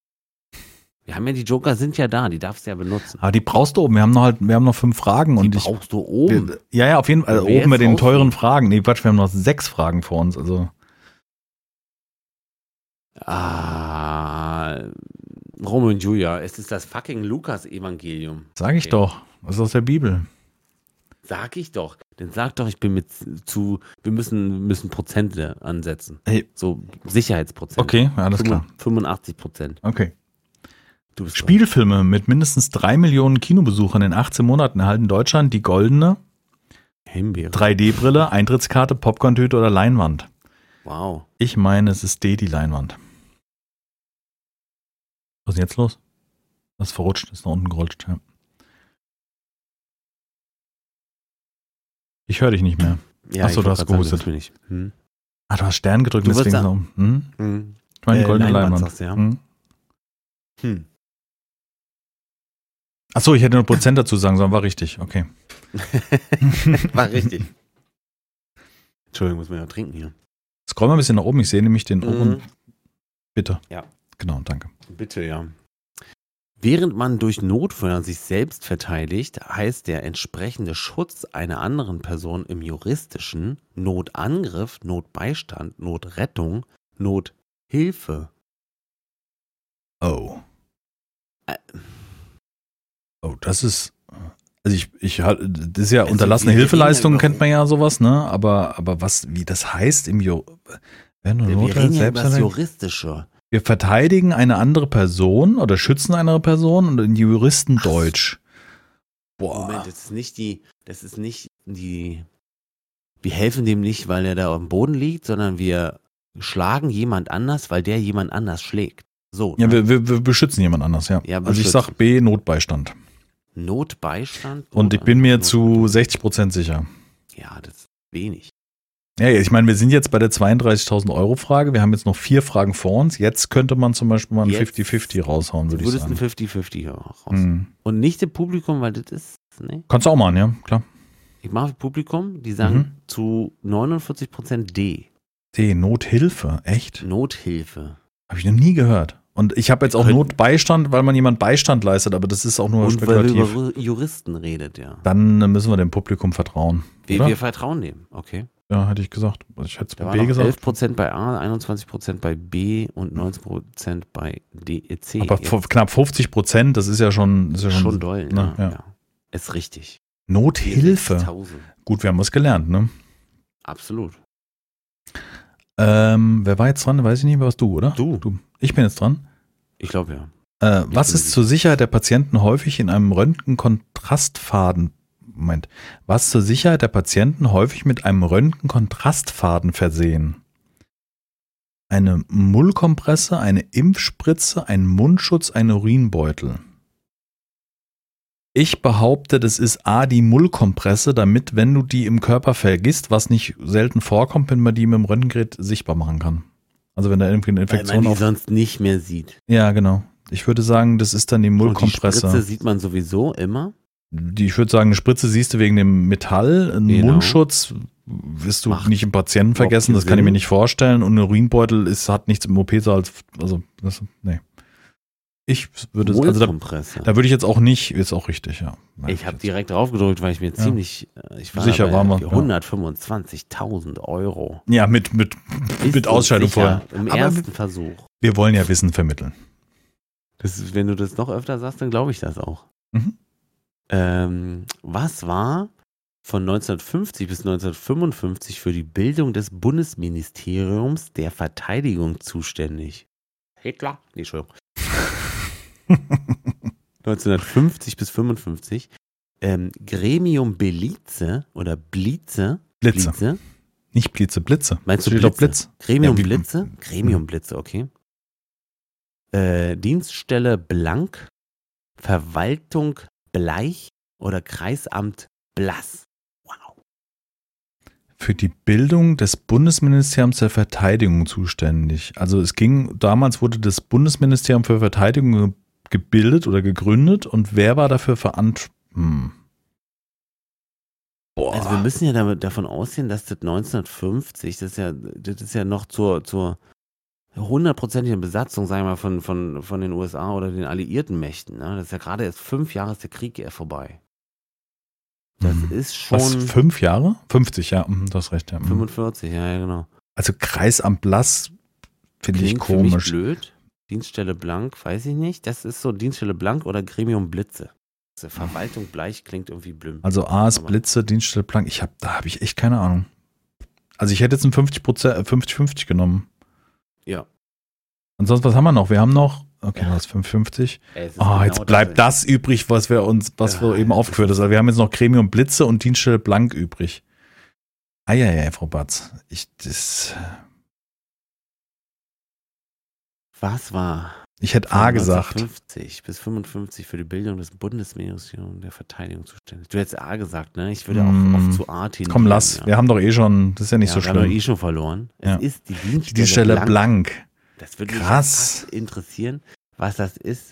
B: Wir haben ja die Joker sind ja da, die darfst du ja benutzen.
A: Ah, die brauchst du oben. Wir haben noch halt, wir haben noch fünf Fragen
B: Die
A: und ich.
B: brauchst du oben.
A: Wir, ja, ja, auf jeden Fall. Also
B: Wenn wir
A: oben mit
B: jetzt
A: den teuren
B: rausgehen.
A: Fragen. Nee, Quatsch, wir haben noch sechs Fragen vor uns. Also
B: Ah, Romeo und Julia, es ist das fucking Lukas-Evangelium.
A: sage ich
B: Okay.
A: doch. Das ist aus der Bibel.
B: Sag ich doch. Dann sag doch, ich bin mit zu, wir müssen, müssen Prozente ansetzen.
A: Hey.
B: So Sicherheitsprozent.
A: Okay, ja, alles klar.
B: 85 Prozent.
A: Okay.
B: Du bist dran.
A: Spielfilme mit mindestens drei Millionen Kinobesuchern in 18 Monaten erhalten in Deutschland die goldene,
B: Himbeere.
A: 3D-Brille, Eintrittskarte, Popcorn-Tüte oder Leinwand?
B: Wow.
A: Ich meine, es ist D, die Leinwand. Was ist denn jetzt los? Das ist verrutscht, ist nach unten gerutscht. Ja. Ich höre dich nicht mehr.
B: Ja,
A: Ach so,
B: ich
A: du
B: wollte
A: hast
B: grad sagen,
A: gehustet.
B: das bin ich. Hm?
A: Ah, du hast Stern gedrückt,
B: Du
A: deswegen.
B: wolltest
A: so- Hm?
B: Hm.
A: Ich meine,
B: Äh,
A: goldene
B: Leinwand
A: Leinwand.
B: sagst du, ja.
A: Hm?
B: Hm.
A: Achso, ich hätte noch Prozent dazu sagen sollen, war richtig. Okay.
B: Hm. War richtig. Entschuldigung, muss man ja trinken hier.
A: Scroll mal ein bisschen nach oben, ich sehe nämlich den oberen.
B: Mhm.
A: Bitte.
B: Ja.
A: Genau, danke.
B: Hm, Bitte, ja. Während man durch Notfeuer sich selbst verteidigt, heißt der entsprechende Schutz einer anderen Person im juristischen Notangriff, Notbeistand, Notrettung, Nothilfe.
A: Oh.
B: Ä-
A: Oh, das ist. Also ich, ich halt- das ist ja
B: Also
A: unterlassene
B: wir reden
A: Hilfeleistung,
B: ja über-
A: kennt man ja sowas, ne? Aber, aber was, wie das heißt im Jo. Wenn du
B: Wir
A: Not
B: reden
A: hast,
B: ja über das
A: selbst
B: Juristische.
A: Wir verteidigen eine andere Person oder schützen eine andere Person und in Juristendeutsch. Boah.
B: Moment, das ist nicht die, das ist nicht die, wir helfen dem nicht, weil er da am Boden liegt, sondern wir schlagen jemand anders, weil der jemand anders schlägt. So.
A: Ja,
B: ne?
A: wir, wir, wir beschützen jemand anders, ja.
B: Ja,
A: also ich
B: beschützen.
A: sag B, Notbeistand.
B: Notbeistand. ne?
A: Und ich bin mir
B: äh, Notrettung.
A: zu 60 Prozent sicher.
B: Ja, das ist wenig.
A: Ja, ich meine, wir sind jetzt bei der 32.000 Euro Frage. Wir haben jetzt noch vier Fragen vor uns. Jetzt könnte man zum Beispiel mal ein
B: Jetzt
A: 50-50 raushauen,
B: Du
A: würde ich
B: würdest ein
A: sagen.
B: 50-50 raus.
A: Hm.
B: Und nicht im Publikum, weil das ist, ne?
A: Kannst du auch machen, ja, klar.
B: Ich mache Publikum, die sagen
A: Mhm.
B: zu 49% D.
A: D, Nothilfe,
B: Mhm.
A: echt?
B: Nothilfe.
A: Habe ich noch nie gehört. Und ich habe jetzt auch
B: Können-
A: Notbeistand, weil man jemand Beistand leistet, aber das ist auch nur
B: Und weil wir
A: spekulativ.
B: über Juristen redet, ja.
A: Dann äh, müssen wir dem Publikum vertrauen.
B: Wir,
A: Oder?
B: wir vertrauen dem, okay.
A: Ja, hätte ich gesagt. Also Ich hätte
B: Da
A: es
B: waren
A: B
B: noch
A: gesagt.
B: 11% bei A, 21% bei B und 19% bei D, E, C.
A: Aber
B: Jetzt
A: vor- knapp 50 Prozent, das ist ja schon, das ist ja schon,
B: schon doll,
A: ne,
B: ja,
A: ja.
B: ja. Ist richtig.
A: Nothilfe.
B: 60.000.
A: Gut, wir haben was gelernt, ne?
B: Absolut.
A: Ähm, wer war jetzt dran? Weiß ich nicht, warst du, oder?
B: Du.
A: Ich bin jetzt dran.
B: Ich glaube ja.
A: Äh, was
B: bin
A: ist
B: sicher.
A: zur Sicherheit der Patienten häufig in einem Röntgenkontrastfaden? Moment. Was zur Sicherheit der Patienten häufig mit einem Röntgenkontrastfaden versehen? Eine Mullkompresse, eine Impfspritze, ein Mundschutz, ein Urinbeutel. Ich behaupte, das ist A, die Mullkompresse, damit, wenn du die im Körper vergisst, was nicht selten vorkommt, wenn man die mit dem Röntgengerät sichtbar machen kann. Also wenn da irgendwie eine
B: Weil
A: Infektion
B: man die
A: auf
B: sonst nicht mehr sieht.
A: ja, genau. Ich würde sagen, das ist dann die
B: Und die Spritze
A: Mullkompresse.
B: sieht man sowieso immer.
A: Die ich würde sagen, eine Spritze siehst du wegen dem Metall, einen
B: Genau.
A: Mundschutz wirst du
B: Macht
A: nicht im Patienten
B: überhaupt
A: vergessen,
B: keinen
A: das kann ich mir
B: Sinn.
A: nicht vorstellen. Und ein Urinbeutel ist, hat nichts im OP-Saal, als- also, das, nee. Ich würde, also da,
B: Wohlkompresse.
A: da würde ich jetzt auch nicht, ist auch richtig, ja. Nein,
B: ich habe direkt drauf gedrückt, weil ich mir ziemlich, äh, ich war
A: Sicher
B: dabei,
A: waren wir,
B: irgendwie
A: ja.
B: 125.000 Euro.
A: Ja, mit, mit,
B: Ist
A: mit
B: uns
A: Ausscheidung
B: sicher
A: vorher.
B: Im
A: Aber
B: ersten Versuch.
A: Wir wollen ja Wissen vermitteln.
B: Das ist, wenn du das noch öfter sagst, dann glaube ich das auch.
A: Mhm.
B: Ähm, was war von 1950 bis 1955 für die Bildung des Bundesministeriums der Verteidigung zuständig? Hitler? Nee, Entschuldigung. 1950 bis 55 ähm, Gremium Belize oder Blize.
A: Blitze. Nicht Blitze, Blitze.
B: Meinst du
A: Steht doch
B: Blitze?
A: Blitz? Ja,
B: Gremium
A: wie- hm.
B: Blitze? Gremium Blitze, okay. Äh, Dienststelle Blank, Verwaltung Bleich oder Kreisamt Blass. Wow.
A: für die Bildung des Bundesministeriums der Verteidigung zuständig. Also es ging, damals wurde das Bundesministerium für Verteidigung ge- gebildet oder gegründet und wer war dafür verantwortlich? Hm. Boah.
B: Also wir müssen ja damit, davon ausgehen, dass das 1950, das ist ja, das ist ja noch zur, zur hundertprozentigen Besatzung, sagen wir mal, von, von, von den USA oder den alliierten Mächten. Ne? Das ist ja gerade erst fünf Jahre ist der Krieg eher vorbei. Das
A: Hm.
B: ist schon
A: was, fünf Jahre? 50, ja, hm, du hast recht. Ja. hm.
B: 45, ja, ja, genau.
A: Also Kreisamt Blass finde ich
B: Klingt für mich
A: komisch.
B: blöd. Dienststelle Blank, weiß ich nicht. Das ist so Dienststelle Blank oder Gremium Blitze. Diese Verwaltung Bleich klingt irgendwie blöd.
A: Also A ist
B: Aber-
A: Blitze, Dienststelle Planck. Ich hab, da habe ich echt keine Ahnung. Also ich hätte jetzt ein 50%, äh, 50-50 genommen.
B: Ja.
A: Und sonst, was haben wir noch? Wir haben noch, okay, du hast 550.
B: Ey, es ist
A: Ah,
B: genau
A: jetzt bleibt das übrig, was wir uns, was wir
B: Ja,
A: eben
B: das
A: aufgeführt haben. Also Wir haben jetzt noch Gremium Blitze und Dienststelle Blank übrig. Eieiei, Frau Batz. Ich, das,
B: Was war?
A: ich hätte A
B: von
A: gesagt.
B: 1950 bis 55 für die Bildung des Bundesministeriums der Verteidigung zuständig. Du hättest A gesagt, ne? Ich würde
A: Mm.
B: auch oft zu A tendieren.
A: Komm, lass.
B: Ja.
A: Wir haben doch eh schon, das ist ja nicht so
B: wir haben doch
A: schlimm.
B: eh schon verloren.
A: Ja.
B: Es ist die Dienststelle,
A: Dienststelle Blank.
B: Das würde mich
A: Krass.
B: fast interessieren, was das ist.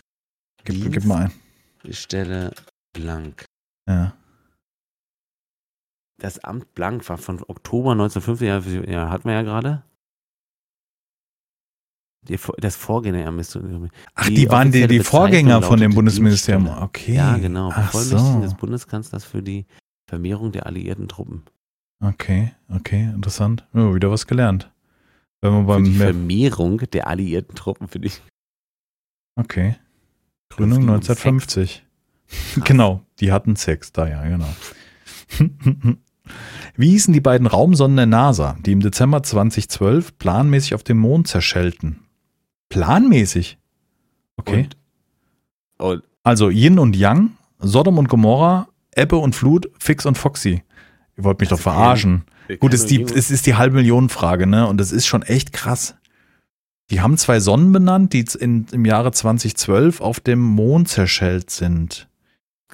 A: Gib, gib mal ein.
B: Dienststelle Blank.
A: Ja.
B: Das Amt Blank war von Oktober 1950, ja, ja hatten wir ja gerade. Die, Vor- das Vorgänger ja, müsste.
A: Ach, die,
B: Die
A: waren die, die
B: offizielle
A: Vorgänger
B: Bezeichnung
A: von dem
B: lautete
A: Bundesministerium.
B: Dienststelle.
A: Okay.
B: Ja, genau.
A: Ach
B: Bevollmächtigten
A: so.
B: des Bundeskanzlers für die Vermehrung der alliierten Truppen.
A: Okay, okay, interessant. Ja, wieder was gelernt. Wenn man
B: Für die
A: beim, mehr,
B: Vermehrung der alliierten Truppen, finde ich.
A: okay. Gründung
B: ging um
A: 1950. genau, die hatten Sex da, ja, genau. Wie hießen die beiden Raumsonden der NASA, die im Dezember 2012 planmäßig auf dem Mond zerschellten? Planmäßig? Okay.
B: Und, und
A: Also Yin und Yang, Sodom und Gomorra, Ebbe und Flut, Fix und Foxy. Ihr wollt mich
B: Also
A: doch verarschen.
B: wir
A: Gut,
B: können
A: es ist, die,
B: nur-
A: es ist die halbe Millionen Frage, ne? Und das ist schon echt krass. Die haben zwei Sonnen benannt, die in, im Jahre 2012 auf dem Mond zerschellt sind.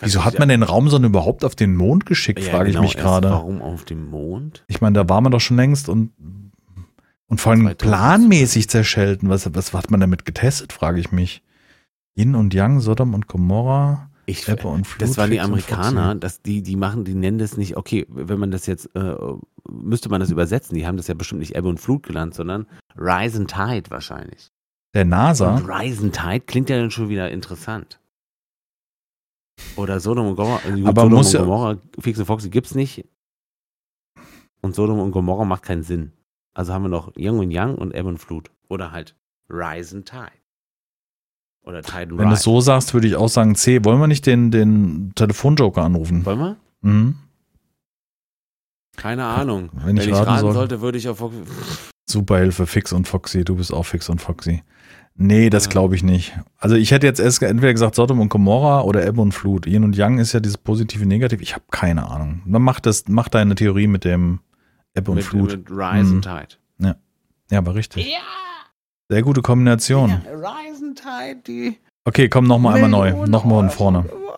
A: Wieso hat man den Raumsonden überhaupt auf den Mond geschickt,
B: Ja,
A: frage
B: genau,
A: ich mich
B: erst
A: gerade.
B: Warum auf dem Mond?
A: Ich meine, da war man doch schon längst und, und vor allem
B: 2000.
A: planmäßig zerschelten. Was, was hat man damit getestet, frage ich mich. Yin und Yang, Sodom und Gomorra,
B: Ich,
A: Ebbe und Flut.
B: das waren die
A: Fix und
B: Amerikaner,
A: Foxy.
B: dass die, die machen, die nennen das nicht, okay, wenn man das jetzt, äh, müsste man das übersetzen, die haben das ja bestimmt nicht Ebbe und Flut genannt, sondern Rise and Tide wahrscheinlich.
A: Der NASA.
B: Und Rise and Tide klingt ja dann schon wieder interessant. Oder Sodom und Gomorra, also gut,
A: Aber
B: Sodom
A: muss
B: und
A: ja-
B: Gomorra, Fix und Foxy gibt's nicht. Und Sodom und Gomorra macht keinen Sinn. Also haben wir noch Young und Young und Ebb und Flut. Oder halt Rise and Tide. Oder Tide and
A: Wenn du es
B: Rise.
A: so sagst, würde ich auch sagen, C, wollen wir nicht den, den Telefonjoker anrufen?
B: Wollen wir?
A: Mhm.
B: Keine Ahnung.
A: Wenn ich raten soll-
B: sollte, würde ich auf Foxy.
A: Superhilfe, Fix und Foxy, du bist auch Fix und Foxy. Nee, das
B: Ja.
A: glaube ich nicht. Also ich hätte jetzt erst entweder gesagt Sodom und Gomorra oder Ebbe und Flut. Yin und Yang ist ja dieses positive Negativ. Ich habe keine Ahnung. Dann mach, das, mach deine Theorie mit dem Ebbe und
B: Mit,
A: Flut.
B: mit Rise
A: Mhm.
B: and Tide.
A: ja, aber richtig.
B: Ja,
A: Sehr gute Kombination.
B: Rise and Tide, die.
A: Okay, komm nochmal einmal neu.
B: Millionen
A: Nochmal von
B: Euro.
A: vorne.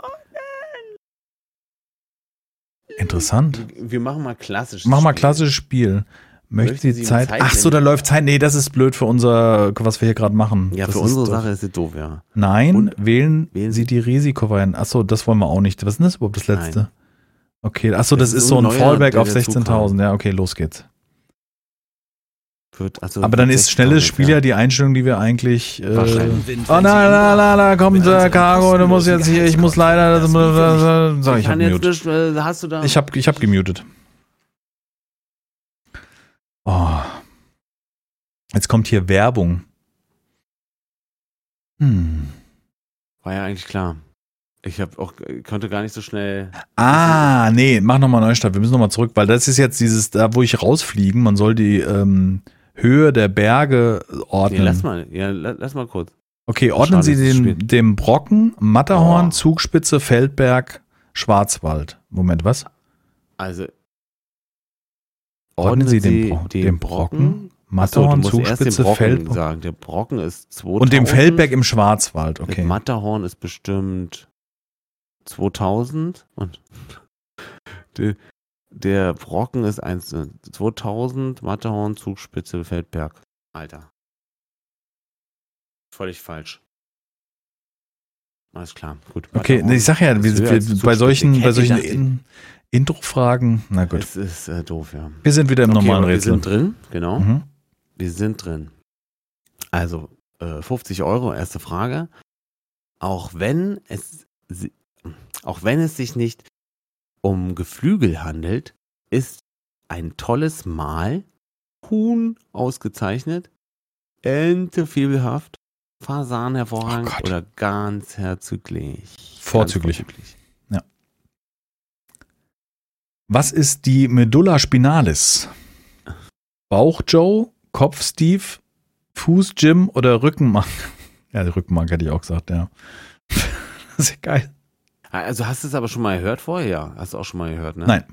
A: Interessant.
B: Wir machen mal klassisch.
A: Mach mal klassisches Spiel. Möchten
B: Möchten
A: Sie
B: Sie
A: Zeit?
B: Zeit
A: Ach so, da
B: nennen?
A: läuft Zeit. Nee, das ist blöd für unser, was wir hier gerade machen.
B: Ja,
A: das
B: für
A: ist
B: unsere
A: doch-
B: Sache ist es doof, ja.
A: Nein,
B: Und-
A: wählen,
B: Wählen
A: Sie
B: Sie-
A: die Risikovariante. Achso, das wollen wir auch nicht. Was ist denn das überhaupt das letzte?
B: Nein.
A: Okay, achso, das,
B: Das ist
A: ist so ein
B: ein neuer,
A: Fallback
B: der
A: auf
B: dazukam.
A: 16.000. Ja, okay, los geht's.
B: Für, also
A: Aber dann ist schnelles Spiel ja
B: ja.
A: die Einstellung, die wir eigentlich. Äh, oh
B: Wahrscheinlich.
A: nein, nein, nein, nein, kommt äh, Cargo, du musst jetzt hier, ich muss leider. Das, so, ich
B: ich
A: hab
B: kann jetzt
A: mute.
B: nicht, äh, hast du da.
A: Ich hab, ich hab gemutet. Oh. Jetzt kommt hier Werbung. Hm.
B: War ja eigentlich klar. Ich hab auch, äh, konnte gar nicht so schnell.
A: Ah, nee, mach nochmal Neustart. Wir müssen nochmal zurück, weil das ist jetzt dieses, da wo ich rausfliegen, man soll die ähm, Höhe der Berge
B: Nee,
A: ordnen.
B: lass mal, ja, la- lass mal kurz.
A: okay, ordnen
B: Schade,
A: Sie
B: dass es
A: den,
B: spät-
A: dem Brocken, Matterhorn,
B: Boah.
A: Zugspitze, Feldberg, Schwarzwald. Moment, was?
B: Also,
A: Ordnen Sie den, Bro den Brocken, Matterhorn,
B: Achso, du musst erst den
A: Zugspitze,
B: Brocken
A: Feldberg
B: sagen. Der Brocken ist 2000.
A: und dem Feldberg im Schwarzwald.
B: Das
A: Okay.
B: Matterhorn ist bestimmt 2000 und de, der Brocken ist 1, 2000, Matterhorn, Zugspitze, Feldberg. Alter. Völlig falsch. Alles klar, gut.
A: Okay,
B: Matterhorn
A: ich sag ja,
B: ist
A: wir,
B: höher
A: wir,
B: als
A: bei
B: Zugspitze.
A: solchen, bei
B: Hätte ich
A: solchen
B: das-
A: In Intro-Fragen, na gut,
B: Das ist äh, doof, ja.
A: wir sind wieder im normalen
B: aber wir
A: Rätsel.
B: sind drin, genau.
A: Mhm.
B: Wir sind drin. Also äh, 50 Euro, erste Frage. Auch wenn es, si- auch wenn es sich nicht um Geflügel handelt, ist ein tolles Mahl, Huhn ausgezeichnet, Ente fibelhaft, Fasan hervorragend
A: Oh Gott.
B: oder ganz herzüglich.
A: Vorzüglich.
B: Ganz vorzüglich.
A: Was ist die Medulla spinalis? Bauch Joe, Kopf Steve, Fuß Jim oder Rückenmark? Ja, die Rückenmark hätte ich auch gesagt, ja. Das ist ja geil.
B: Also hast du es aber schon mal gehört vorher? Ja, Hast du auch schon mal gehört, ne?
A: Nein.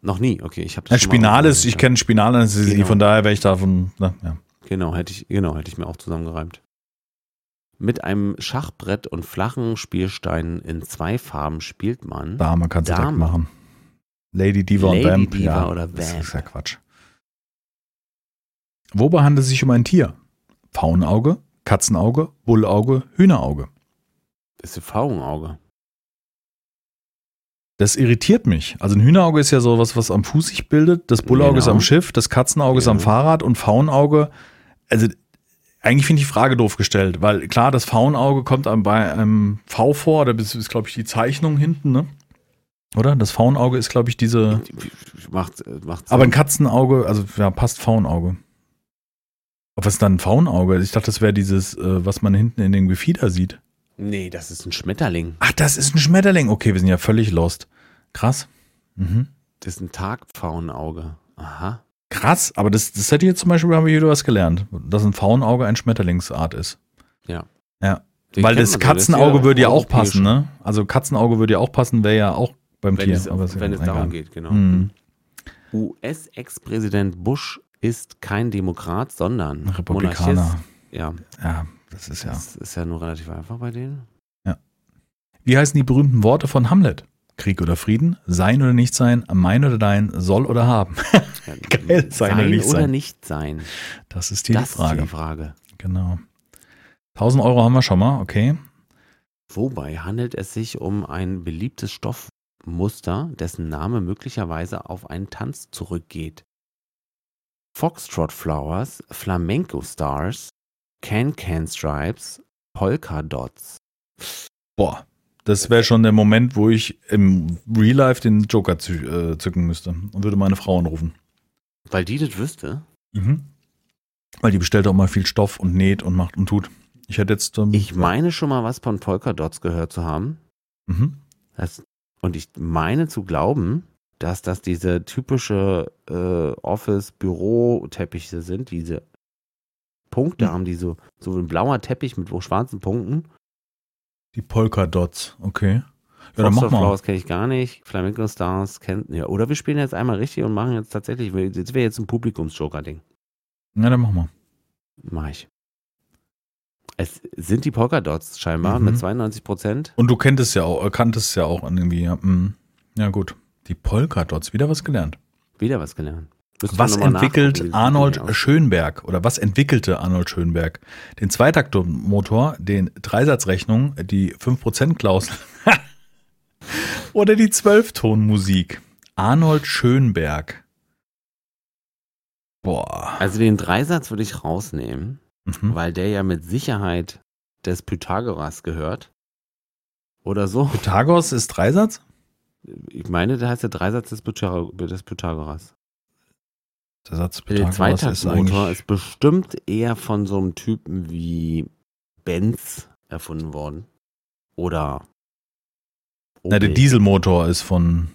B: Noch nie, okay. Ich habe
A: Ja, Spinalis, ich kenne Spinalis,
B: Genau.
A: von daher wäre ich davon. Na, ja.
B: Genau, hätte ich, genau, hätte ich mir auch zusammengereimt. Mit einem Schachbrett und flachen Spielsteinen in zwei Farben spielt man.
A: Dame kannst du
B: Dame.
A: direkt machen. Lady Diva
B: Lady
A: und Vamp.
B: Diva
A: ja,
B: oder
A: Das
B: Vamp.
A: ist ja Quatsch. Wobei handelt es sich um ein Tier? Faunauge, Katzenauge, Bullauge, Hühnerauge.
B: Ist ein Pfauenauge.
A: Das irritiert mich. Also ein Hühnerauge ist ja sowas, was am Fuß sich bildet, das Bullauge ist
B: Genau.
A: am Schiff, das Katzenauge ist am
B: Ja.
A: Fahrrad und Faunauge. Also eigentlich finde ich die Frage doof gestellt, weil klar, das Faunauge kommt einem bei einem V vor, da ist, ist glaube ich, die Zeichnung hinten, ne? Oder? Das Faunauge ist, glaube ich, diese.
B: Macht, äh, macht
A: Aber ein Katzenauge, also ja, passt Faunauge. Aber Was ist dann ein Faunauge? Ich dachte, das wäre dieses, äh, was man hinten in den Gefieder sieht.
B: Nee, das ist ein Schmetterling.
A: Ach, das ist ein Schmetterling. Okay, wir sind ja völlig lost. Krass. Mhm.
B: Das ist ein Tagpfauenauge. Aha.
A: Krass, aber das, das hätte ich jetzt zum Beispiel, haben wir wieder was gelernt, dass ein Faunauge ein Schmetterlingsart ist.
B: Den
A: Weil
B: kennt
A: das
B: man so, ist
A: Katzenauge würde ja auch passen,
B: europäisch.
A: ne? Also Katzenauge würde ja auch passen, wäre ja auch beim
B: Wenn
A: Tier.
B: es,
A: aber ist
B: wenn es
A: egal.
B: darum geht, genau.
A: Mhm.
B: US-Ex-Präsident Bush ist kein Demokrat, sondern
A: Ein Republikaner.
B: Monarchist. Ja,
A: Ja, das ist ja.
B: das ist ja nur relativ einfach bei denen.
A: Wie heißen die berühmten Worte von Hamlet? Krieg oder Frieden, sein oder nicht sein, mein oder dein, soll oder haben. Geil, sein oder nicht
B: oder
A: sein.
B: nicht sein.
A: Das ist die
B: das ist
A: Frage.
B: die Frage.
A: Genau. 1000 Euro haben wir schon mal, okay.
B: Wobei handelt es sich um ein beliebtes Stoffmuster, dessen Name möglicherweise auf einen Tanz zurückgeht. Foxtrot Flowers, Flamenco Stars, Can-Can Stripes, Polka Dots.
A: Boah, das wäre schon der Moment, wo ich im Real Life den Joker zü äh, zücken müsste und würde meine Frau anrufen.
B: Weil die das wüsste.
A: Mhm. Weil die bestellt auch mal viel Stoff und näht und macht und tut. Ich hätte jetzt. Ähm,
B: Ich meine schon mal was von Polka Dots gehört zu haben.
A: Mhm.
B: Das, und ich meine zu glauben, dass das diese typische äh, Office-Büro-Teppiche sind, diese Punkte
A: Hm.
B: haben, die so, so ein blauer Teppich mit schwarzen Punkten.
A: Die Polka-Dots, okay. Ja, dann mach mal.
B: Flowers kenne ich gar nicht, Flamingo Stars kennt ja. Oder wir spielen jetzt einmal richtig und machen jetzt tatsächlich, jetzt wäre jetzt ein Publikumsjoker-Ding.
A: Ja, dann mach mal.
B: Mach ich. Es sind die Polka-Dots scheinbar
A: Mhm.
B: mit 92 Prozent.
A: Und du kenntest ja auch, äh, kanntest ja auch irgendwie. Ja, mhm. ja gut. Die Polka-Dots, wieder was gelernt.
B: Wieder was gelernt. Müsste man
A: Was
B: noch mal nachgucken, wie
A: entwickelt
B: das
A: Arnold
B: aussieht.
A: Schönberg oder was entwickelte Arnold Schönberg? Den Zweitaktormotor, den Dreisatzrechnung, die 5%-Klausel oder die Zwölftonmusik? Arnold Schönberg. Boah.
B: Also den Dreisatz würde ich rausnehmen.
A: Mhm.
B: weil der ja mit Sicherheit des Pythagoras gehört. Oder so.
A: Pythagoras ist Dreisatz?
B: Ich meine, der heißt der Dreisatz des, Pythag des Pythagoras.
A: Der Satz
B: Der
A: Pythagoras ist
B: Zweitaktmotor
A: eigentlich.
B: ist bestimmt eher von so einem Typen wie Benz erfunden worden. Oder.
A: Na, der
B: Opel.
A: Dieselmotor ist von.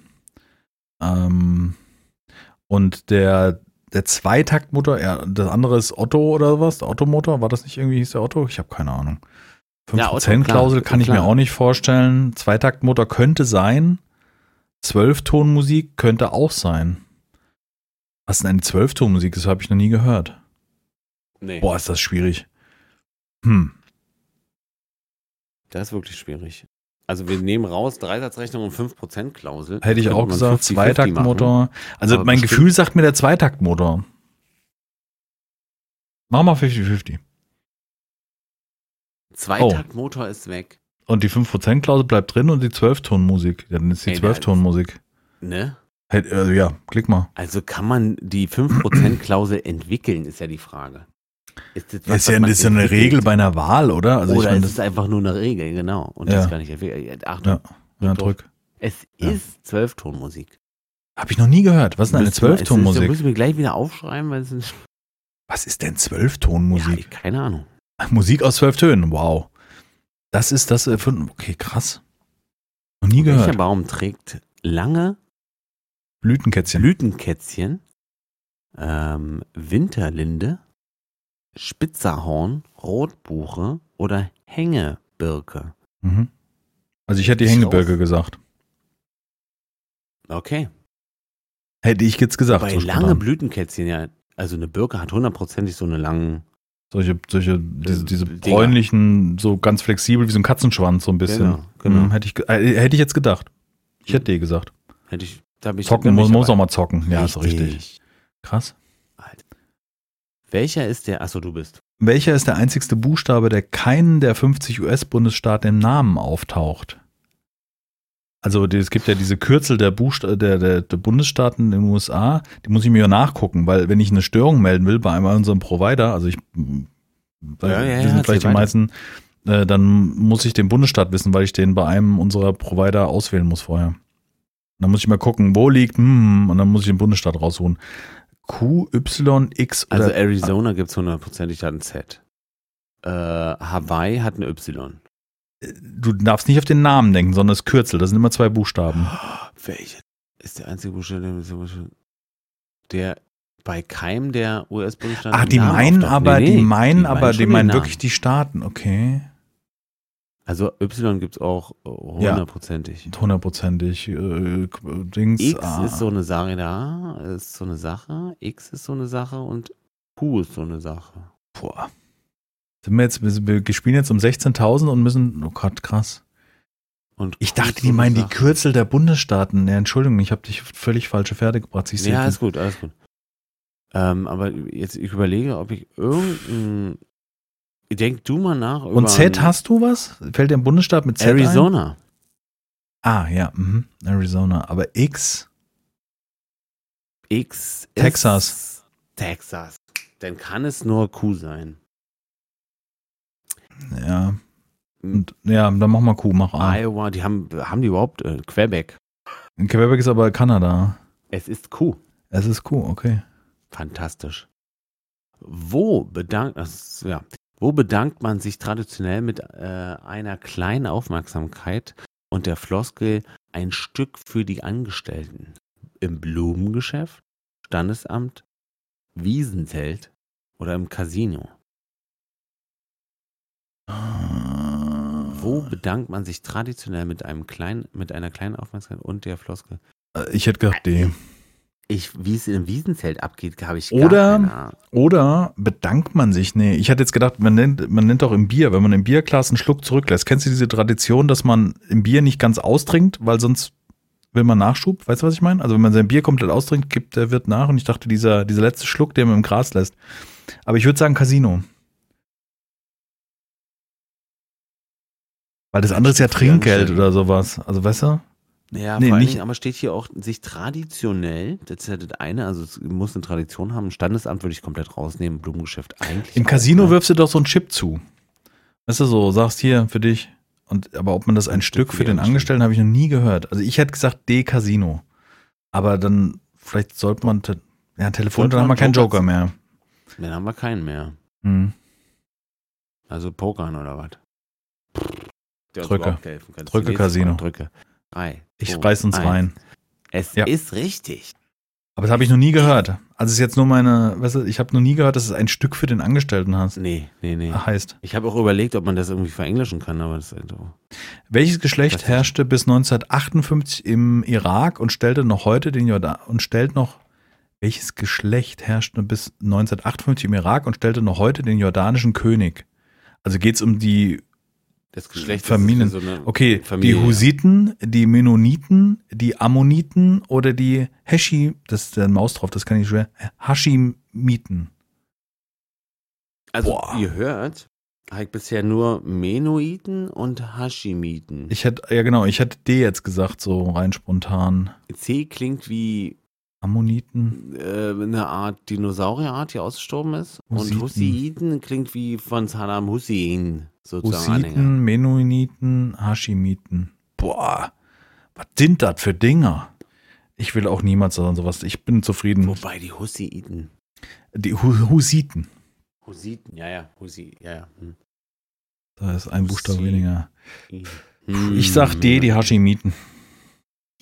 A: Ähm, und der, der Zweitaktmotor, ja, das andere ist Otto oder was? Der Ottomotor? War das nicht irgendwie, hieß der Otto? Ich habe keine Ahnung.
B: Ja, Otto,
A: 5%-Klausel
B: klar,
A: kann ich mir
B: klar.
A: auch nicht vorstellen. Zweitaktmotor könnte sein. Zwölftonmusik könnte auch sein. Was ist denn eine Zwölftonmusik? Das habe ich noch nie gehört.
B: Nee,
A: Boah, ist das schwierig. Hm.
B: das ist wirklich schwierig. Also wir nehmen raus Dreisatzrechnung und 5%-Klausel.
A: Hätte ich
B: Könnte
A: auch
B: man
A: gesagt,
B: 50-50 machen.
A: Zweitaktmotor. Also
B: Aber
A: mein
B: bestimmt-
A: Gefühl sagt mir der Zweitaktmotor. Mach mal 50-50. Oh.
B: Zweitaktmotor ist weg.
A: Und die 5%-Klausel bleibt drin und die 12-Ton-Musik. Ja, dann ist die
B: Ey, der-
A: 12-Ton-Musik.
B: Ne?
A: Hätt- Also ja, klick mal.
B: Also kann man die 5%-Klausel entwickeln, ist ja die Frage. Ist das, was,
A: ist ja,
B: was man
A: das ist ja eine
B: entwickelt?
A: Regel bei einer Wahl, oder? Also
B: Oder
A: ich meine,
B: ist es
A: das,
B: einfach nur eine Regel, genau. Und
A: Ja.
B: das kann ich entwickeln. Achtung,
A: Ja. ja, drück.
B: es
A: Ja.
B: ist Zwölftonmusik.
A: Habe ich noch nie gehört. Was ist denn eine
B: Müssen wir- es ist- Das
A: Zwölftonmusik?
B: müssen wir gleich wieder aufschreiben, weil es ist
A: Was ist denn
B: ja,
A: Zwölftonmusik?
B: ich, keine Ahnung.
A: Ach, Musik aus zwölf Tönen, wow. Das ist das erfunden. Okay, krass. Noch nie
B: Welcher
A: gehört.
B: Baum trägt lange
A: Blütenkätzchen.
B: Blütenkätzchen, ähm, Winterlinde, Spitzerhorn, Rotbuche oder Hängebirke?
A: Mhm. Also ich hätte die
B: Ist
A: Hängebirge
B: raus.
A: gesagt.
B: Okay.
A: Hätte ich jetzt gesagt.
B: Bei
A: so
B: lange
A: spontan.
B: Blütenkätzchen, ja. Also eine Birke hat hundertprozentig so eine langen.
A: solche, solche diese, diese
B: Dinger.
A: bräunlichen, so ganz flexibel wie so ein Katzenschwanz so ein bisschen.
B: Genau, genau.
A: Mhm, hätte, ich, ge- äh, hätte ich jetzt gedacht. Ich hätte dir gesagt.
B: Hätte ich, da bin ich
A: Zocken
B: bin
A: muss,
B: ich
A: muss auch
B: dabei.
A: mal zocken. Ja, ist richtig. Krass.
B: Alter. Welcher ist der? Achso, du bist.
A: Welcher ist der einzigste Buchstabe, der keinen der 50 US-Bundesstaaten im Namen auftaucht? Also die- es gibt ja diese Kürzel der, Buchsta der, der, der Bundesstaaten in den USA, die muss ich mir ja nachgucken, weil wenn ich eine Störung melden will bei einem unserem Provider, also ich weil
B: Ja, ja, ja,
A: die sind
B: erzähl
A: vielleicht die
B: weiter.
A: meisten, äh, dann muss ich den Bundesstaat wissen, weil ich den bei einem unserer Provider auswählen muss vorher. Und dann muss ich mal gucken, wo liegt, hm, und dann muss ich den Bundesstaat raussuchen. Q, Y, X oder
B: Also Arizona gibt es hundertprozentig, hat ein Z. Äh, Hawaii hat ein Y.
A: du darfst nicht auf den Namen denken, sondern das Kürzel. Das sind immer zwei Buchstaben.
B: Ah, Welcher ist der einzige Buchstabe, der mit so einem- der bei keinem der US-Bundesstaaten.
A: Ah,
B: im
A: die
B: Namen
A: meinen
B: auftaucht?
A: aber,
B: Nee,
A: die
B: nee,
A: meinen aber,
B: schon
A: die
B: den
A: meinen
B: Namen.
A: wirklich die Staaten. Okay.
B: Also Y gibt es auch äh, hundertprozentig.
A: Hundertprozentig. Äh, Dings.
B: X
A: ah.
B: ist so eine Sache da, ist so eine Sache, X ist so eine Sache und Q ist so eine Sache.
A: Boah. Sind wir jetzt, wir, wir spielen jetzt um 16.000 und müssen, oh Gott, krass.
B: Und
A: Ich dachte,
B: Kunst
A: die
B: und
A: meinen die
B: Sachen.
A: Kürzel der Bundesstaaten. Nee, Entschuldigung, ich habe dich völlig falsche Pferde gebracht. Ich
B: Ja,
A: ja,
B: alles gut, alles gut. Ähm, aber jetzt, ich überlege, ob ich irgendein. Denk du mal nach. über
A: Und Z
B: ein-
A: hast du was? Fällt dir ein Bundesstaat mit Z ein?
B: Arizona.
A: Ah, ja, mhm. Arizona. Aber X?
B: X. ist-
A: Texas.
B: Texas. Dann kann es nur Q sein.
A: Ja.
B: Hm.
A: Und, ja, dann mach mal Q, mach A.
B: Iowa, die haben, haben die überhaupt äh, Quebec?
A: In Quebec ist aber Kanada.
B: Es ist Q.
A: Es ist Q, okay.
B: Fantastisch. Wo bedankt, ach, s- ja, wo bedankt man sich traditionell mit äh, einer kleinen Aufmerksamkeit und der Floskel ein Stück für die Angestellten? Im Blumengeschäft, Standesamt, Wiesenzelt oder im Casino?
A: Äh,
B: Wo bedankt man sich traditionell mit, einem kleinen, mit einer kleinen Aufmerksamkeit und der Floskel?
A: Äh, Ich hätte gedacht D.
B: Ich, wie es im Wiesenzelt abgeht, habe ich
A: Oder-
B: gar keine Ahnung.
A: Oder bedankt man sich? Nee, ich hatte jetzt gedacht, man nennt, man nennt auch im Bier, wenn man im Bierglas einen Schluck zurücklässt. Kennst du diese Tradition, dass man im Bier nicht ganz austrinkt, weil sonst will man Nachschub? Weißt du, was ich meine? Also wenn man sein Bier komplett austrinkt, gibt der Wirt nach und ich dachte, dieser, dieser letzte Schluck, den man im Gras lässt. Aber ich würde sagen Casino. Weil das andere ist ja Trinkgeld oder sowas. Also weißt du?
B: Ja,
A: Nee,
B: vor allen
A: nicht-
B: Dingen, aber steht hier auch, sich traditionell, das ist ja das eine, also es muss eine Tradition haben, ein Standesamt würde ich komplett rausnehmen, Blumengeschäft eigentlich.
A: Im
B: auch,
A: Casino
B: ne?
A: wirfst du doch so einen Chip zu. Weißt du so, sagst hier für dich. Und, aber ob man das ein Stück für den Angestellten, habe ich noch nie gehört. Also ich hätte gesagt D-Casino. Aber dann, vielleicht sollte man, te ja, Telefon,
B: Sollte
A: dann haben wir
B: man
A: keinen Joker
B: Joker
A: mehr.
B: Dann haben wir keinen mehr.
A: Hm.
B: Also Pokern oder was? Der uns
A: Drücke.
B: überhaupt helfen kann. Das
A: Drücke
B: ist die nächste
A: Casino.
B: Frage. Drücke. Drei.
A: Ich
B: zwei,
A: reiß uns
B: eins.
A: rein.
B: Es
A: Ja.
B: ist richtig.
A: Aber das habe ich noch nie gehört. Also es ist jetzt nur meine, weißt du, ich habe noch nie gehört, dass es ein Stück für den Angestellten hast,
B: Nee, nee, nee.
A: heißt.
B: Ich habe auch überlegt, ob man das irgendwie verenglischen kann, aber das ist halt so.
A: Welches Geschlecht
B: Das ist-
A: herrschte bis 1958 im Irak und stellte noch heute den Jordan und stellt noch welches Geschlecht herrschte bis 1958 im Irak und stellte noch heute den jordanischen König? Also geht es um die,
B: Das Geschlecht
A: Familien-
B: ist so eine
A: okay,
B: Familie.
A: die Husiten, die Mennoniten, die Ammoniten oder die Heschim, das ist der Maus drauf, das kann ich schwer, Hashimiten.
B: Also
A: Boah.
B: ihr hört, halt bisher nur Menoiten und Hashimiten.
A: Ich hätte, ja genau, ich hätte D jetzt gesagt, so rein spontan.
B: C klingt wie
A: Ammoniten.
B: äh, eine Art Dinosaurierart, die ausgestorben ist.
A: Hussiten.
B: Und Hussiten klingt wie von Saddam Hussein sozusagen Ah, Anhänger.
A: Hussiten, Mennoniten, Hashimiten. Boah, was sind das für Dinger? Ich will auch niemals an sowas. Ich bin zufrieden.
B: Wobei die Hussiten.
A: Die Hu- Hussiten.
B: Hussiten, ja, ja, Hussi, ja, ja. Hm.
A: Da ist ein Buchstabe
B: Hussi-
A: weniger.
B: Hm,
A: Ich sag D, die
B: ja.
A: Hashimiten.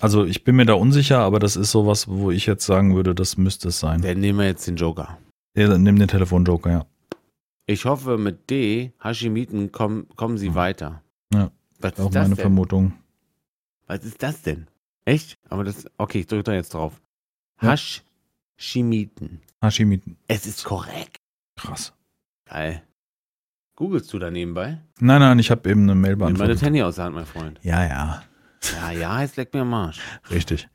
A: Also ich bin mir da unsicher, aber das ist sowas, wo ich jetzt sagen würde, das müsste es sein.
B: Dann nehmen wir jetzt den Joker.
A: Ja, dann nimm den Telefonjoker, ja.
B: Ich hoffe, mit D, Hashimiten, komm, kommen sie weiter.
A: Ja.
B: Was
A: Auch
B: ist das
A: meine
B: denn?
A: Vermutung.
B: Was ist das denn? Echt? Aber das, okay, ich drücke da jetzt drauf.
A: Ja.
B: Hashimiten.
A: Hashimiten.
B: Es ist korrekt.
A: Krass.
B: Geil. Googlest du da nebenbei?
A: Nein, nein, ich habe eben eine Mail
B: Nimm mal das
A: beantwortet.
B: Handy aus der Hand, mein Freund.
A: Ja, ja,
B: Ja, ja, jetzt leck mir am Arsch.
A: richtig.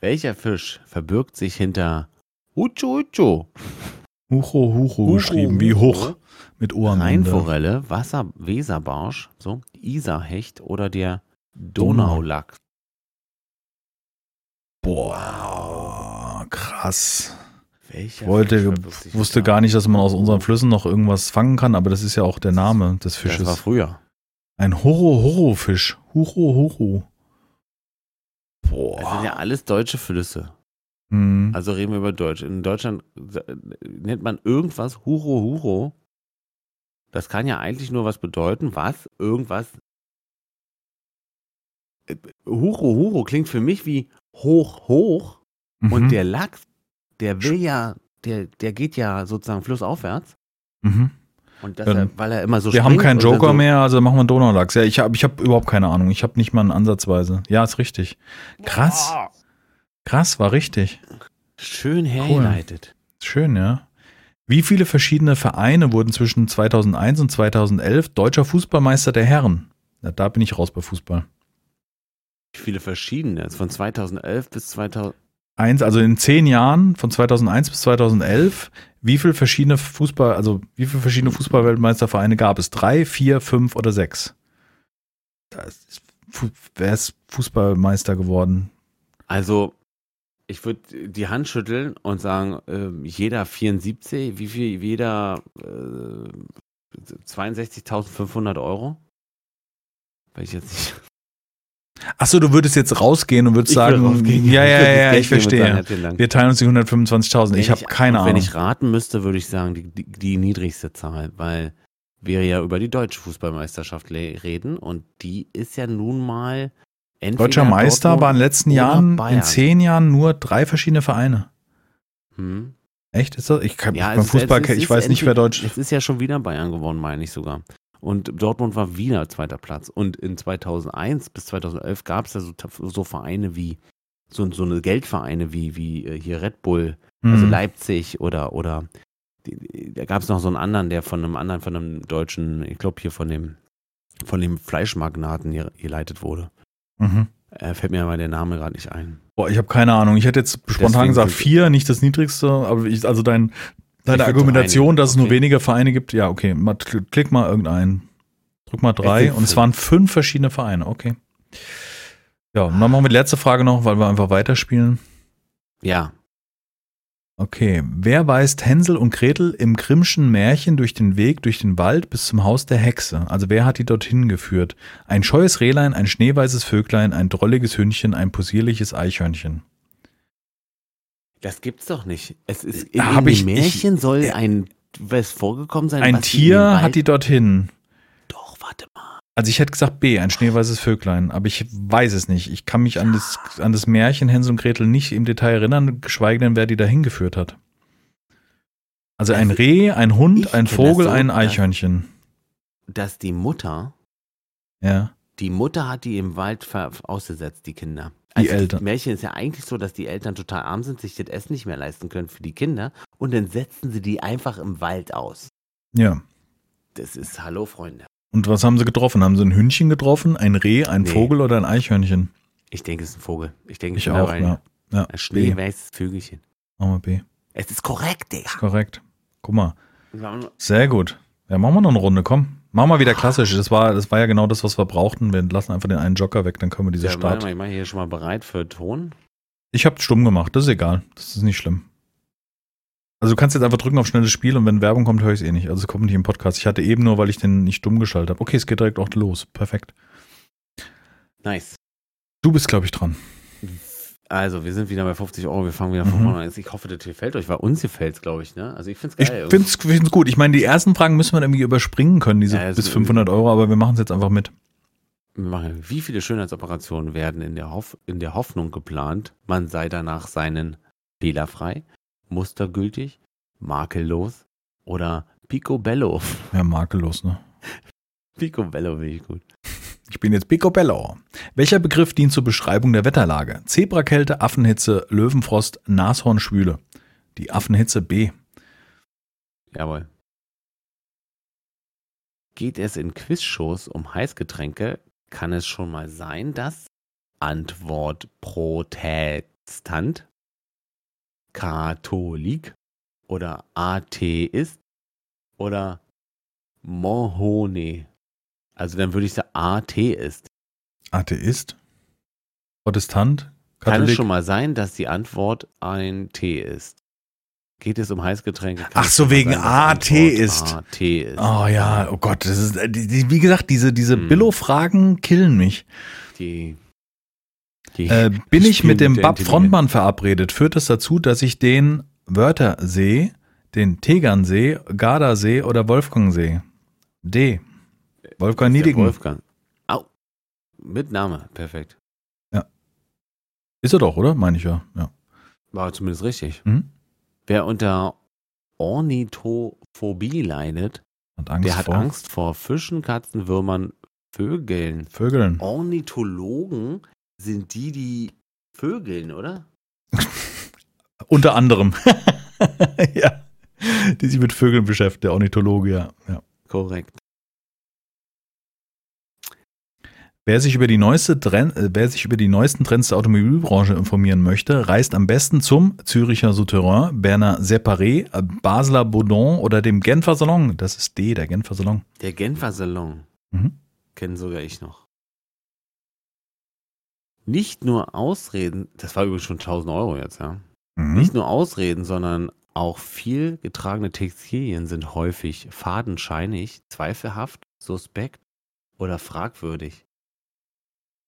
B: Welcher Fisch verbirgt sich hinter Ucho Ucho?
A: Hucho, Hucho, Oh, geschrieben wie hoch mit O am Ende.
B: Rheinforelle, Wasser, Weserbarsch, so, Isarhecht oder der Donaulachs.
A: Boah, krass.
B: Welcher
A: Ich wollte,
B: Fisch verbirgt sich
A: wusste
B: hinter-
A: gar nicht, dass man aus unseren Flüssen noch irgendwas fangen kann, aber das ist ja auch der Name des
B: Das war
A: Fisches.
B: früher.
A: Ein Horo-Horo-Fisch. Huro-Horo.
B: Das sind
A: Boah.
B: Also, ja alles deutsche Flüsse.
A: Hm.
B: Also reden wir über Deutsch. In Deutschland äh, nennt man irgendwas Huro Huro. Das kann ja eigentlich nur was bedeuten, was irgendwas. Äh, Huro Huro klingt für mich wie hoch hoch Also, und
A: Mhm.
B: der Lachs, der will ja, der, der geht ja sozusagen flussaufwärts
A: Mhm.
B: und das,
A: Ähm,
B: er- weil er immer so
A: Wir haben
B: springt
A: keinen
B: und dann
A: Joker
B: so,
A: mehr, also machen wir einen Donaulachs. Ja, ich habe ich hab überhaupt keine Ahnung. Ich habe nicht mal einen Ansatzweise. Ja, ist richtig. Krass.
B: "Boah!"
A: Krass, war richtig.
B: Schön hergeleitet.
A: Schön, ja. Wie viele verschiedene Vereine wurden zwischen 2001 und 2011 deutscher Fußballmeister der Herren? Na, da bin ich raus bei Fußball.
B: viele verschiedene. Also von 2011 bis 2000.
A: Eins, also in zehn Jahren, von 2001 bis 2011, wie viele verschiedene Fußball, also wie viele verschiedene Fußballweltmeistervereine gab es? Drei, vier, fünf oder sechs? Das ist, fu- wer ist Fußballmeister geworden?
B: Also, ich würde die Hand schütteln und sagen, ähm, jeder 74, wie viel, jeder äh, 62.500 Euro? Weiß ich jetzt nicht.
A: Achso, du würdest jetzt rausgehen und würdest sagen, ja, ja, ja, ja, ich verstehe. Wir teilen uns die 125.000. Ich habe keine
B: Wenn
A: Ahnung.
B: ich raten müsste, würde ich sagen, die, die, die niedrigste Zahl, weil wir ja über die deutsche Fußballmeisterschaft le- reden und die ist ja nun mal entweder
A: Deutscher Meister
B: Dortmund-
A: war in den letzten
B: oder
A: Jahren, in
B: Bayern.
A: zehn Jahren nur drei verschiedene Vereine.
B: Hm?
A: Echt? Ist das? Ich kann
B: Ja,
A: beim
B: es ist-
A: Fußball,
B: es ist-
A: ich
B: es
A: weiß
B: ist
A: nicht, wer
B: entweder-
A: Deutsch.
B: Es ist ja schon wieder Bayern geworden, meine ich sogar. Und Dortmund war wieder zweiter Platz. Und in 2001 bis 2011 gab es ja so, so Vereine wie, so, so eine Geldvereine wie, wie äh, hier Red Bull, also
A: Hm.
B: Leipzig oder, oder die- die- da gab es noch so einen anderen, der von einem anderen, von einem deutschen, ich glaube hier von dem, von dem Fleischmagnaten hier geleitet wurde.
A: Mhm.
B: Äh, fällt mir aber der Name gerade nicht ein.
A: Boah, ich habe keine Ahnung. Ich hätte jetzt spontan
B: Deswegen
A: gesagt
B: sind-
A: vier, nicht das niedrigste, aber ich, also dein, deine
B: Ich würd
A: Argumentation,
B: einigen,
A: dass es nur
B: okay.
A: weniger Vereine gibt, ja, okay. Mal, kl- klick mal irgendeinen. Drück mal drei.
B: sind
A: Und es
B: fünf.
A: waren fünf verschiedene Vereine, okay. Ja, und dann machen wir die letzte Frage noch, weil wir einfach weiterspielen.
B: Ja,
A: Okay. Wer weist Hänsel und Gretel im Grimmschen Märchen durch den Weg, durch den Wald bis zum Haus der Hexe? Also wer hat die dorthin geführt? Ein scheues Rehlein, ein schneeweißes Vöglein, ein drolliges Hündchen, ein possierliches Eichhörnchen.
B: Das gibt's doch nicht. Es ist in
A: Da
B: in
A: hab
B: dem
A: ich- ich-
B: Märchen soll
A: ja.
B: ein was vorgekommen sein.
A: Ein
B: was sie in den
A: Tier
B: Wald-
A: hat die dorthin.
B: Doch, warte mal.
A: Also ich hätte gesagt B, ein schneeweißes Vöglein, aber ich weiß es nicht. Ich kann mich an das, an das Märchen Hänsel und Gretel nicht im Detail erinnern, geschweige denn, wer die dahin geführt hat. Also ein
B: Also
A: Reh, ein Hund,
B: ich
A: ein
B: kenn das
A: Vogel,
B: so,
A: ein
B: dass-
A: Eichhörnchen.
B: Dass die Mutter,
A: Ja.
B: die Mutter hat die im Wald ver ausgesetzt, die Kinder.
A: Die Eltern.
B: Das Märchen ist ja eigentlich so, dass die Eltern total arm sind, sich das Essen nicht mehr leisten können für die Kinder und dann setzen sie die einfach im Wald aus.
A: Ja.
B: Das ist Hallo, Freunde.
A: Und was haben sie getroffen? Haben sie ein Hündchen getroffen, ein Reh, ein
B: Nee.
A: Vogel oder ein Eichhörnchen?
B: Ich denke, es ist ein Vogel. Ich denke,
A: Ich
B: bin da
A: auch,
B: rein.
A: ja. Ja,
B: Ein
A: B.
B: schneeweißes Vögelchen.
A: Machen wir B.
B: Es ist korrekt, Digga.
A: Korrekt. Guck mal. Sehr gut. Ja, machen wir noch eine Runde, komm. Machen wir wieder klassisch. Das war, das war ja genau das, was wir brauchten. Wir lassen einfach den einen Joker weg, dann können wir diese
B: Ja,
A: Start.
B: warte mal, ich mache hier schon mal bereit für Ton.
A: Ich habe stumm gemacht, das ist egal. Das ist nicht schlimm. Also du kannst jetzt einfach drücken auf schnelles Spiel und wenn Werbung kommt, höre ich es eh nicht. Also es kommt nicht im Podcast. Ich hatte eben nur, weil ich den nicht stumm geschaltet habe. Okay, es geht direkt auch los. Perfekt.
B: Nice.
A: Du bist, glaube ich, dran.
B: Also, wir sind wieder bei 50 Euro, wir fangen wieder
A: Mhm.
B: von vorne an. Ich hoffe, das gefällt euch, weil uns gefällt es, glaube ich, ne? Also, ich find's
A: Ich
B: geil. irgendwie.
A: finde es gut. Ich meine, die ersten Fragen müssen wir irgendwie überspringen können, diese
B: Ja, es-
A: bis 500 Euro, aber wir machen es jetzt einfach mit.
B: Wir machen, wie viele Schönheitsoperationen werden in der, Hoff in der Hoffnung geplant, man sei danach seinen fehlerfrei, mustergültig, makellos oder picobello?
A: Ja, makellos, ne?
B: picobello finde ich gut.
A: Ich bin jetzt Picobello. Welcher Begriff dient zur Beschreibung der Wetterlage? Zebrakälte, Affenhitze, Löwenfrost, Nashornschwüle. Die Affenhitze B.
B: Jawohl. Geht es in Quizshows um Heißgetränke, kann es schon mal sein, dass Antwort Protestant, Katholik oder Atheist oder Mohone. Also dann würde ich sagen Atheist.
A: Atheist, Protestant,
B: Kann es
A: Katholik.
B: schon mal sein, dass die Antwort ein T ist? Geht es um Heißgetränke? kann
A: Ach
B: es
A: so,
B: schon mal
A: wegen
B: sein, dass Antwort
A: Atheist.
B: Atheist.
A: Oh ja, oh Gott, das ist, äh, die, die, wie gesagt, diese, diese
B: Hm.
A: Billo-Fragen killen mich.
B: Die. die
A: Äh, bin ich
B: spielen
A: mit dem
B: mit der
A: Bab
B: Intelligenz.
A: Frontmann verabredet, führt das dazu, dass ich den Wörthersee, den Tegernsee, Gardasee oder Wolfgangsee? D. Wolfgang
B: Äh, der
A: Niedigen.
B: Wolfgang. Au. Mit Name. Perfekt.
A: Ist er doch, oder? Meine ich ja. ja.
B: War zumindest richtig.
A: Mhm.
B: Wer unter Ornithophobie leidet,
A: Hat Angst
B: der hat
A: vor
B: Angst vor Fischen, Katzen, Würmern, Vögeln.
A: Vögeln.
B: Oh. Ornithologen sind die, die Vögeln, oder?
A: Unter anderem. ja. Die sich mit Vögeln beschäftigt, der Ornithologe, ja. ja.
B: Korrekt.
A: Wer sich, über die neueste Tren- äh, wer sich über die neuesten Trends der Automobilbranche informieren möchte, reist am besten zum Züricher Souterrain, Berner Separé, äh, Basler Baudon oder dem Genfer Salon. Das ist D, der Genfer Salon.
B: Der Genfer Salon.
A: Mhm.
B: Kennen sogar ich noch. Nicht nur Ausreden, das war übrigens schon 1000 Euro jetzt, ja.
A: Mhm.
B: Nicht nur Ausreden, sondern auch viel getragene Textilien sind häufig fadenscheinig, zweifelhaft, suspekt oder fragwürdig.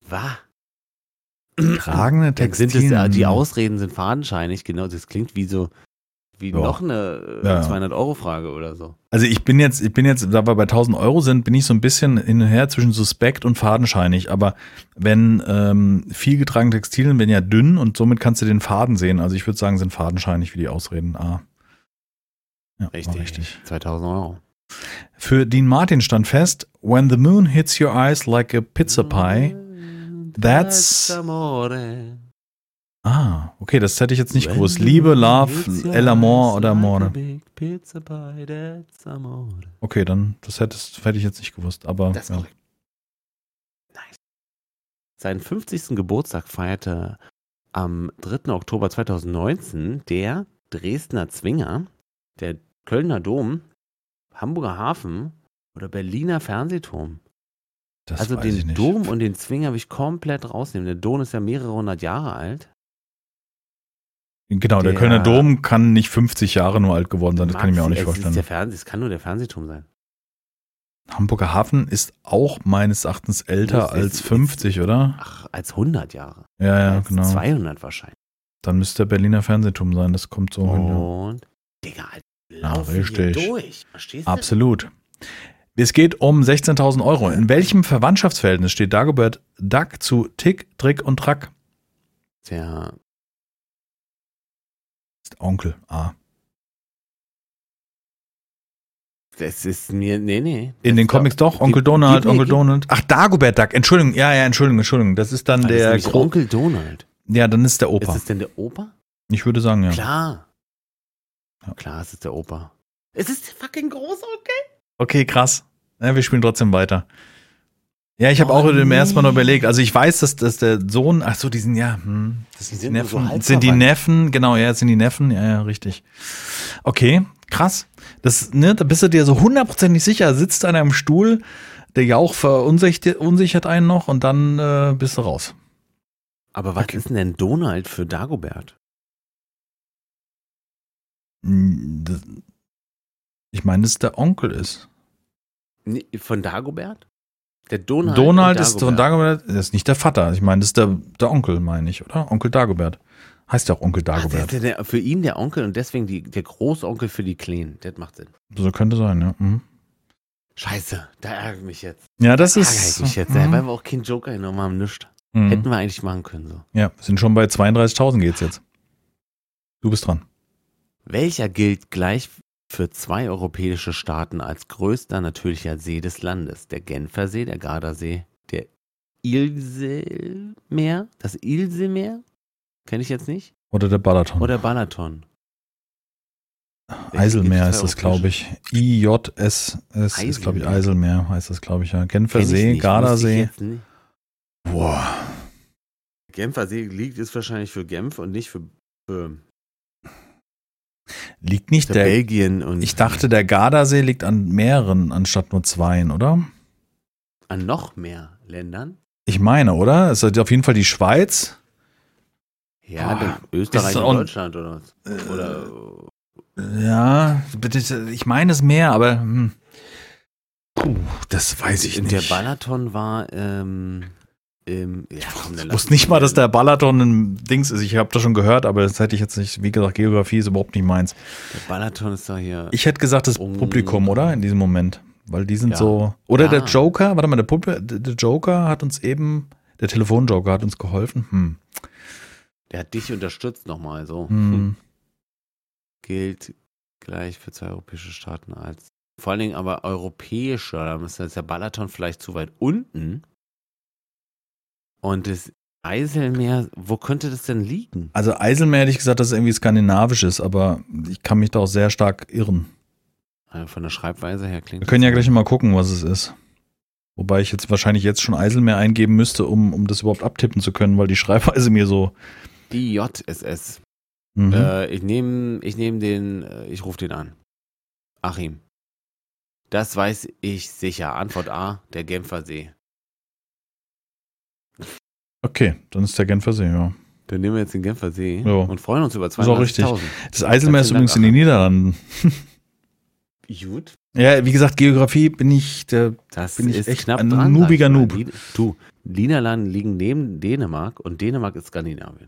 B: Wah.
A: Tragende
B: Dann sind
A: Textilien.
B: es, ja- die Ausreden sind fadenscheinig, genau. Das klingt wie so, wie
A: Ja.
B: noch eine
A: Ja, ja.
B: 200-Euro-Frage oder so.
A: Also ich bin jetzt, ich bin jetzt, da wir bei 1000 Euro sind, bin ich so ein bisschen hin und her zwischen suspekt und fadenscheinig. Aber wenn ähm, viel getragene Textilien werden ja dünn und somit kannst du den Faden sehen. Also ich würde sagen, sind fadenscheinig wie die Ausreden. Ah. Ja, war
B: Richtig.
A: richtig.
B: 2000 Euro.
A: Für Dean Martin stand fest, when the moon hits your eyes like a pizza
B: Mm.
A: pie. That's-
B: Amore.
A: Ah, okay, das hätte ich jetzt nicht gewusst. Liebe, Love, El Amor oder Amore.
B: Pizza pie, that's amore.
A: Okay, dann, das hättest, hätte ich jetzt nicht gewusst. Aber
B: Das ist
A: ja.
B: korrekt. Nice. Seinen 50. Geburtstag feierte am 3. Oktober 2019 der Dresdner Zwinger, der Kölner Dom, Hamburger Hafen oder Berliner Fernsehturm.
A: das
B: also
A: weiß ich
B: den
A: nicht.
B: Dom und den Zwinger will ich komplett rausnehmen. Der Dom ist ja mehrere hundert Jahre alt.
A: Genau, der,
B: Der-
A: Kölner Dom kann nicht 50 Jahre nur alt geworden sein, das kann ich mir auch nicht
B: es Ist
A: vorstellen.
B: der Fernseh, es kann nur der Fernsehturm sein.
A: Hamburger Hafen ist auch meines Erachtens älter
B: Muss es-
A: als 50, oder?
B: Ach, als 100 Jahre.
A: Ja, ja,
B: als
A: genau.
B: 200 wahrscheinlich.
A: Dann müsste der Berliner Fernsehturm sein, das kommt so hin. ja.
B: Und, Digga, Alter, lauf hier
A: richtig.
B: durch. Verstehst du?
A: Absolut. Es geht um 16.000 Euro. In welchem Verwandtschaftsverhältnis steht Dagobert Duck zu Tick, Trick und Track?
B: Der
A: Ist Onkel A.
B: Das ist mir, nee, nee.
A: In den
B: Das war-
A: Comics doch, Onkel
B: Gib-
A: Donald,
B: gib mir-
A: Onkel
B: gib-
A: Donald. Ach, Dagobert Duck, Entschuldigung, ja, ja, Entschuldigung, Entschuldigung. Das ist dann
B: Ah, das ist
A: der
B: nämlich
A: Gro
B: Onkel Donald.
A: Ja, dann ist der
B: Ist
A: Opa.
B: es denn der Opa?
A: Ich würde sagen, ja.
B: Klar.
A: Ja.
B: Klar, es ist der Opa. Es ist der fucking Großonkel.
A: Okay, krass. Ja, wir spielen trotzdem weiter. Ja, ich habe
B: Oh,
A: auch dem
B: nee.
A: ersten Mal noch überlegt. Also ich weiß, dass, dass der Sohn, ach so, die sind ja, hm, das sind
B: Die
A: die
B: sind nur so
A: Neffen.
B: halb
A: sind die
B: verwandt.
A: Neffen, genau, ja, sind die Neffen, ja, ja, richtig. Okay, krass. Das, ne, da bist du dir so hundertprozentig sicher, sitzt einer im Stuhl, der Jauch verunsichert unsichert einen noch und dann äh, bist du raus.
B: Aber was ist denn Donald für Dagobert?
A: Hm, das- Ich meine, dass der Onkel ist.
B: Nee, Von Dagobert? Der Donald.
A: Donald
B: und
A: ist von Dagobert, das ist nicht der Vater. Ich meine, das ist der, der Onkel, meine ich, oder? Onkel Dagobert. Heißt ja auch Onkel
B: Ach, Ah, der,
A: Dagobert.
B: der, der, für ihn der Onkel und deswegen die, der Großonkel für die Kleinen. Das macht Sinn.
A: So könnte sein, ja. Mhm.
B: Scheiße, da ärgere ich mich jetzt.
A: Ja, das
B: Ärgere
A: ist. hm.
B: ich mich jetzt, weil wir auch keinen Joker genommen haben, nichts.
A: Mhm.
B: Hätten wir eigentlich machen können so.
A: Ja, wir sind schon bei 32.000 geht's jetzt. Du bist dran.
B: Welcher gilt gleich für zwei europäische Staaten als größter natürlicher See des Landes? Der Genfer See, der Gardasee, der Ilsemeer, das Ilsemeer, kenne ich jetzt nicht,
A: Oder der Balaton.
B: oder Balaton?
A: Eiselmeer ist das, glaube ich. IJS ist, glaube ich,
B: Eiselmeer.
A: Eiselmeer heißt das, glaube ich, ja. Genfer
B: Kenn ich
A: See,
B: nicht, wusste ich
A: Gardasee.
B: jetzt nicht.
A: Boah.
B: Genfer See liegt ist wahrscheinlich für Genf und nicht für, für,
A: Liegt nicht
B: für
A: der.
B: Belgien und
A: Ich dachte, der Gardasee liegt an mehreren anstatt nur zweien, oder?
B: an noch mehr Ländern.
A: Ich meine, oder? Es ist auf jeden Fall die Schweiz.
B: Ja,
A: Boah,
B: dann Österreich
A: ist
B: und
A: auch-
B: Deutschland oder was? Oder
A: Ja, bitte, ich meine es mehr, aber. Hm. Puh, das weiß ich
B: Und
A: nicht.
B: der Balaton war, ähm, ähm, ja, komm, dann
A: Ich
B: lass
A: wusste nicht
B: uns
A: mal,
B: den-
A: dass der Balaton ein Dings ist. Ich habe das schon gehört, aber das hätte ich jetzt nicht, wie gesagt, Geografie ist überhaupt nicht meins.
B: Der Balaton ist doch hier.
A: Ich hätte gesagt, das
B: Um-
A: Publikum, oder? In diesem Moment. Weil die sind
B: Ja.
A: so. Oder
B: Ja.
A: der Joker, warte mal, der, Pub der Joker hat uns eben, der Telefonjoker hat uns geholfen. Hm.
B: der hat dich unterstützt nochmal, so.
A: Hm.
B: Gilt gleich für zwei europäische Staaten als. Vor allen Dingen aber europäische, da müsste jetzt der Balaton vielleicht zu weit unten. Und das Eiselmeer, wo könnte das denn liegen?
A: Also Eiselmeer hätte ich gesagt, dass es irgendwie skandinavisch ist, aber ich kann mich da auch sehr stark irren.
B: Also Äh, Von der Schreibweise her klingt.
A: Wir können ja
B: das-
A: gleich mal gucken, was es ist. Wobei ich jetzt wahrscheinlich jetzt schon Eiselmeer eingeben müsste, um, um das überhaupt abtippen zu können, weil die Schreibweise mir so.
B: Die JSS.
A: Mhm.
B: Äh, ich nehme ich nehm den, äh, ich rufe den an. Achim. Das weiß ich sicher. Antwort A, der Genfer See.
A: Okay, dann ist der Genfer See, ja.
B: Dann nehmen wir jetzt den Genfer See
A: Jo.
B: und freuen uns über
A: auch richtig.
B: 200.000.
A: Das Eiselmeer ist
B: Herzlichen
A: übrigens in den Niederlanden.
B: Gut.
A: Ja, wie gesagt, Geografie bin ich äh, der.
B: Das
A: Bin ich
B: ist
A: echt
B: knapp
A: ein
B: dran.
A: noobiger
B: sag ich
A: Noob.
B: mal. Die- Du, Niederlanden liegen neben Dänemark und Dänemark ist Skandinavien.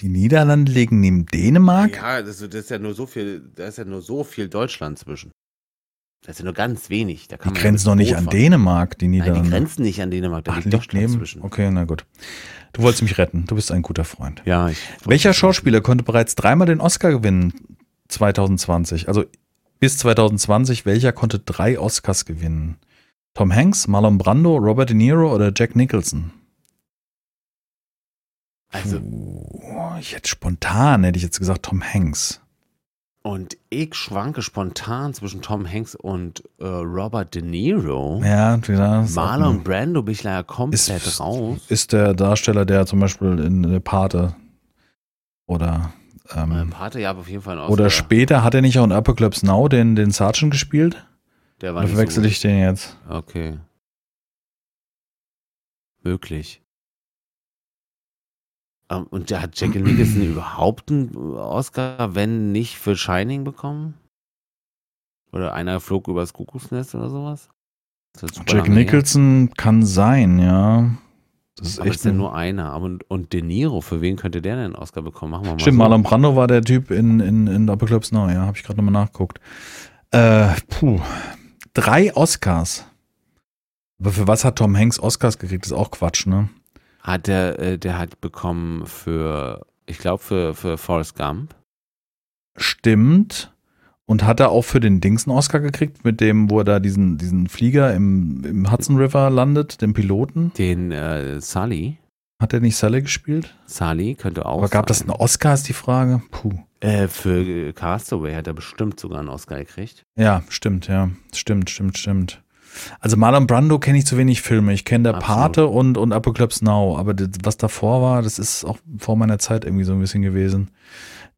A: Die Niederlande liegen neben Dänemark.
B: Ja, das, das ist ja nur so viel, da ist ja nur so viel Deutschland zwischen. Das ist ja nur ganz wenig. Da
A: die
B: kann man
A: grenzen
B: ja
A: doch
B: mit
A: nicht
B: Boot
A: an
B: fahren.
A: Dänemark, die
B: Nein, die
A: Niederlande.
B: grenzen nicht an Dänemark, da
A: Ach,
B: liegt
A: liegt
B: Deutschland
A: neben.
B: zwischen.
A: Okay, na gut. Du wolltest mich retten. Du bist ein guter Freund.
B: Ja, ich
A: Welcher Schauspieler konnte bereits dreimal den Oscar gewinnen 2020? Also bis 2020, welcher konnte drei Oscars gewinnen? Tom Hanks, Marlon Brando, Robert De Niro oder Jack Nicholson?
B: Also,
A: Puh, ich hätte spontan, hätte ich jetzt gesagt, Tom Hanks.
B: und ich schwanke spontan zwischen Tom Hanks und äh, Robert De Niro.
A: Ja, ja ist auch
B: Marlon
A: ein-
B: Brando bin ich leider komplett
A: Ist-
B: raus.
A: ist der Darsteller, der zum Beispiel in der Pate oder
B: Mein
A: ähm,
B: Pate, ja, aber auf jeden Fall ein Oscar.
A: oder später hat er nicht auch in Apocalypse Now den, den Sergeant gespielt?
B: Der war
A: Oder
B: nicht so
A: verwechsel
B: gut.
A: ich den jetzt?
B: Okay. Möglich. Ähm, Und der hat Jack Nicholson überhaupt einen äh, Oscar, wenn nicht für Shining bekommen? Oder einer flog übers Kuckucksnest oder sowas? Das ist super
A: Jack
B: lange her.
A: Nicholson kann sein, ja. Das ist
B: Aber
A: echt
B: ist ja
A: ein,
B: nur einer. Aber und, und De Niro, für wen könnte der denn einen Oscar bekommen? Machen wir mal.
A: Stimmt,
B: so.
A: Marlon Brando war der Typ in, in, in Apocalypse Now, ja, habe ich gerade nochmal nachgeguckt. Äh, puh. Drei Oscars. Aber für was hat Tom Hanks Oscars gekriegt? Das ist auch Quatsch, ne?
B: Hat der, äh, der hat bekommen für, ich glaube, für, für Forrest Gump.
A: Stimmt. Und hat er auch für den Dings einen Oscar gekriegt, mit dem, wo er da diesen, diesen Flieger im, im Hudson River landet, den Piloten?
B: Den äh, Sully.
A: Hat er nicht Sally gespielt?
B: Sully könnte auch.
A: Aber gab
B: sein.
A: das einen Oscar, ist die Frage? Puh.
B: Äh, für äh, Castaway hat er bestimmt sogar einen Oscar gekriegt.
A: Ja, stimmt, ja. Stimmt, stimmt, stimmt. Also Marlon Brando kenne ich zu wenig Filme. Ich kenne der
B: Absolut.
A: Pate und, und Apocalypse Now, aber das, was davor war, das ist auch vor meiner Zeit irgendwie so ein bisschen gewesen.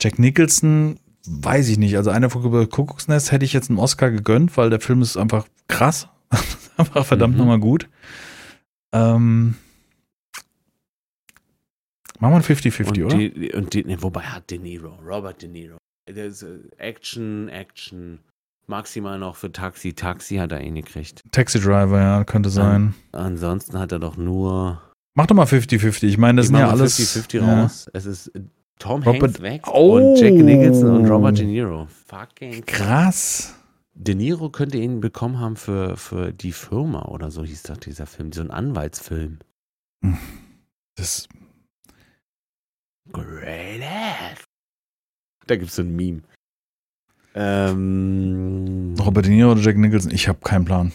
A: Jack Nicholson, weiß ich nicht. Also einer von Kuckuck- Kuckucksnest hätte ich jetzt einen Oscar gegönnt, weil der Film ist einfach krass. einfach verdammt
B: Mhm.
A: nochmal gut. Ähm, machen wir ein 50-50,
B: und
A: oder?
B: die, und die, nee, wobei hat De Niro, Robert De Niro. Der ist, äh, Action, Action. Maximal noch für Taxi, Taxi hat er ihn gekriegt.
A: Taxi Driver, ja, könnte sein.
B: Ansonsten hat er doch nur.
A: Mach doch mal 50-50. Ich meine, das sind
B: Ich mach
A: ja
B: mal
A: alles.
B: 50-50
A: ja.
B: raus. Es ist äh, Tom
A: Robert-
B: Hanks weg
A: Oh.
B: und Jack Nicholson und Robert De Niro. Fucking.
A: Krass.
B: De Niro könnte ihn bekommen haben für, für die Firma oder so hieß doch dieser Film. So ein Anwaltsfilm.
A: Das,
B: Great ass. Da gibt's so ein Meme. Ähm,
A: Robert De Niro oder Jack Nicholson? Ich habe keinen Plan.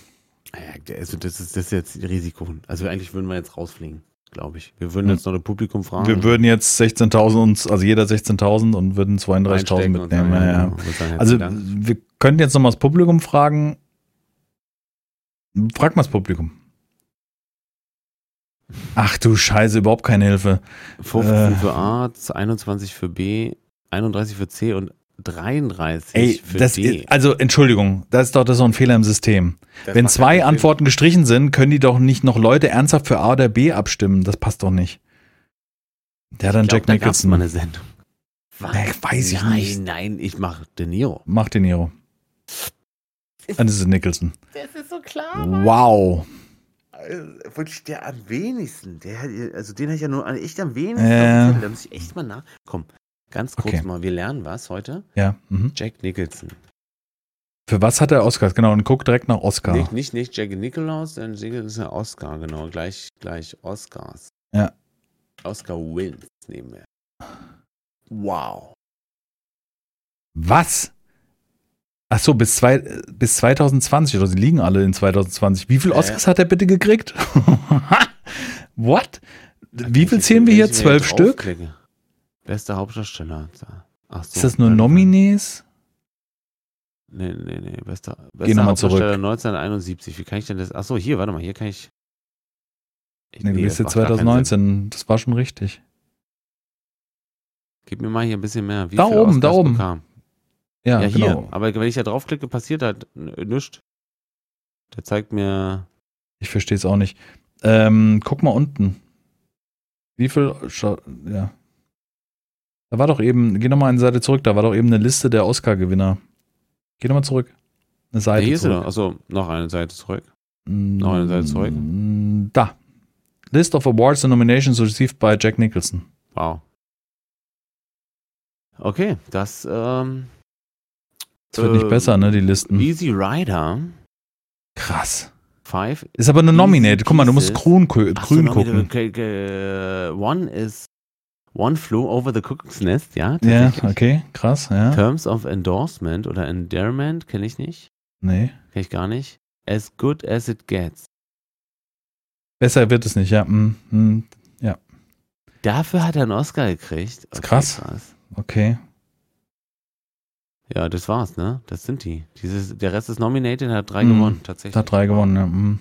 B: ja, also das ist, das ist jetzt Risiko. Also eigentlich würden wir jetzt rausfliegen, glaube ich. Wir würden jetzt noch ein Publikum fragen.
A: Hm. Wir würden jetzt 16.000 uns, also jeder 16.000 und würden 32.000
B: reinstecken und sagen,
A: mitnehmen. Ja, ja.
B: genau, wir sagen
A: Also
B: herzlichen Dank.
A: wir könnten jetzt nochmal das Publikum fragen. Frag mal das Publikum. Ach du Scheiße, überhaupt keine Hilfe.
B: 15
A: äh,
B: für A, 21 für B, 31 für C und 33
A: Ey,
B: für
A: das
B: D.
A: ist, also Entschuldigung, das ist doch das ist doch ein Fehler im System.
B: Das
A: Wenn
B: macht
A: zwei
B: keinen Sinn.
A: Antworten gestrichen sind, können die doch nicht noch Leute ernsthaft für A oder B abstimmen. Das passt doch nicht. Der hat dann
B: Ich glaub,
A: Jack
B: da gab's
A: Nicholson.
B: mal eine Sendung. Was?
A: Äh, weiß ich
B: nein,
A: nicht.
B: Nein, ich mache De Niro.
A: Macht den Niro. Ah, Das ist Nicholson.
B: Das ist so klar.
A: Wow.
B: Äh, Wirklich der am wenigsten. Der, hat- also den habe ich ja nur an- echt am wenigsten.
A: Äh.
B: auf dem Zettel. Da muss ich echt mal nach. Komm, ganz kurz
A: Okay.
B: mal. Wir lernen was heute.
A: Ja. Mhm.
B: Jack Nicholson.
A: Für was hat er Oscars? Genau, und guck direkt nach Oscar.
B: Nicht, nicht, nicht Jack Nicklaus, sondern Jack das ist ja Oscar, genau. Gleich, gleich Oscars.
A: Ja.
B: Oscar wins nehmen wir. Wow.
A: Was? Ach so, bis, zwei, bis 2020, oder sie liegen alle in 2020. Wie viel
B: Äh.
A: Oscars hat er bitte gekriegt? What? Wie
B: Wenn
A: viel
B: ich
A: zählen wir
B: jetzt- wenn
A: hier?
B: ich mir
A: Zwölf
B: jetzt
A: Stück?
B: draufklicke. Bester Hauptdarsteller. Ach so, also,
A: Ist das nur
B: nein, nein.
A: Nominees?
B: Nee, nee, nee. Bester,
A: Geh
B: bester
A: nochmal zurück.
B: Hauptdarsteller 1971. Wie kann ich denn das? Achso, hier, warte mal, hier kann ich. Ich-
A: Nee, du bist
B: das
A: jetzt
B: macht gar keinen
A: 2019. Das war schon richtig.
B: Sinn. Gib mir mal hier ein bisschen mehr. Wie
A: Da
B: viele
A: oben, da
B: Oscars
A: oben.
B: bekam?
A: Ja,
B: Ja,
A: genau.
B: hier. Aber wenn ich da draufklicke, passiert halt n- nichts. Der zeigt mir.
A: Ich verstehe es auch nicht. Ähm, guck mal unten. Wie viel? Scha- Ja. Da war doch eben, geh nochmal eine Seite zurück, da war doch eben eine Liste der Oscar-Gewinner. Geh nochmal zurück. Eine
B: Ja,
A: Seite
B: hier ist er
A: zurück.
B: doch. Achso, Also, noch eine Seite zurück.
A: Noch
B: eine Seite zurück.
A: Mm, Da. List of Awards and Nominations received by Jack Nicholson.
B: Wow. Okay, das. Ähm,
A: Das wird nicht
B: Äh,
A: besser, ne, die Listen.
B: Easy Rider
A: Krass.
B: 5.
A: Ist aber eine
B: Easy
A: Nominated. Guck mal, du musst
B: Pieces.
A: grün, kö- grün gucken.
B: Okay, okay, one is. One flew over the cuckoo's nest, ja.
A: Ja,
B: tatsächlich.
A: okay, krass, ja.
B: Terms of Endorsement oder Endearment kenne ich nicht.
A: Nee.
B: Kenne ich gar nicht. As good as it gets.
A: Besser wird es nicht, ja. mm, mm,
B: Dafür hat er einen Oscar gekriegt.
A: Ist krass. Okay.
B: Ja, das war's, ne? Das sind die. Dieses, der Rest ist nominated, hat drei
A: Mhm.
B: gewonnen, tatsächlich.
A: Da hat drei gewonnen, ja. mm.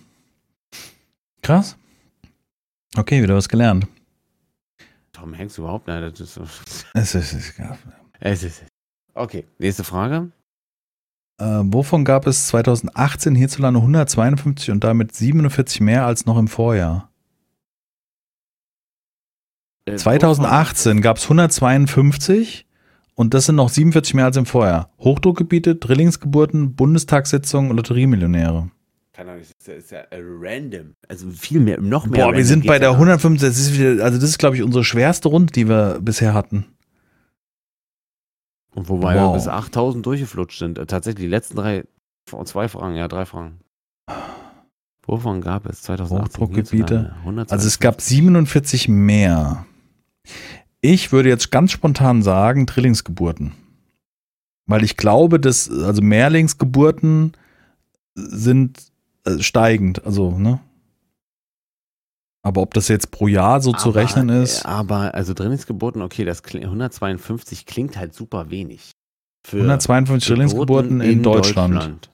A: Krass. Okay, wieder was gelernt.
B: Tom Hanks überhaupt nicht. Das ist,
A: Es ist, es ist, ja.
B: es ist. Okay, nächste Frage.
A: äh, wovon gab es 2018 hierzulande 152 und damit 47 mehr als noch im Vorjahr?
B: Äh,
A: 2018 gab es 152 und das sind noch 47 mehr als im Vorjahr. Hochdruckgebiete, Drillingsgeburten, Bundestagssitzungen, Lotteriemillionäre.
B: Keine Ahnung, das ist ja äh, random. Also viel mehr, noch mehr.
A: Boah,
B: random
A: wir sind
B: geht's
A: bei
B: ja
A: der
B: gar
A: 150, das ist wieder, also das ist glaube ich unsere schwerste Runde, die wir bisher hatten.
B: nicht. Und wobei
A: Wow.
B: wir bis 8000 durchgeflutscht sind. Äh, Tatsächlich die letzten drei, oh, zwei Fragen, ja, drei Fragen. Wovon gab es 2018?
A: Hochdruckgebiete.
B: hierzulande? 120.
A: Also es gab 47 mehr. Ich würde jetzt ganz spontan sagen, Drillingsgeburten. Weil ich glaube, dass, also Mehrlingsgeburten sind äh, steigend, also, ne? Aber ob das jetzt pro Jahr so zu
B: Aber,
A: rechnen ist,
B: äh, Aber, also Drillingsgeburten, okay, das klingt, 152 klingt halt super wenig. Für
A: 152 Drillingsgeburten in, Deutschland.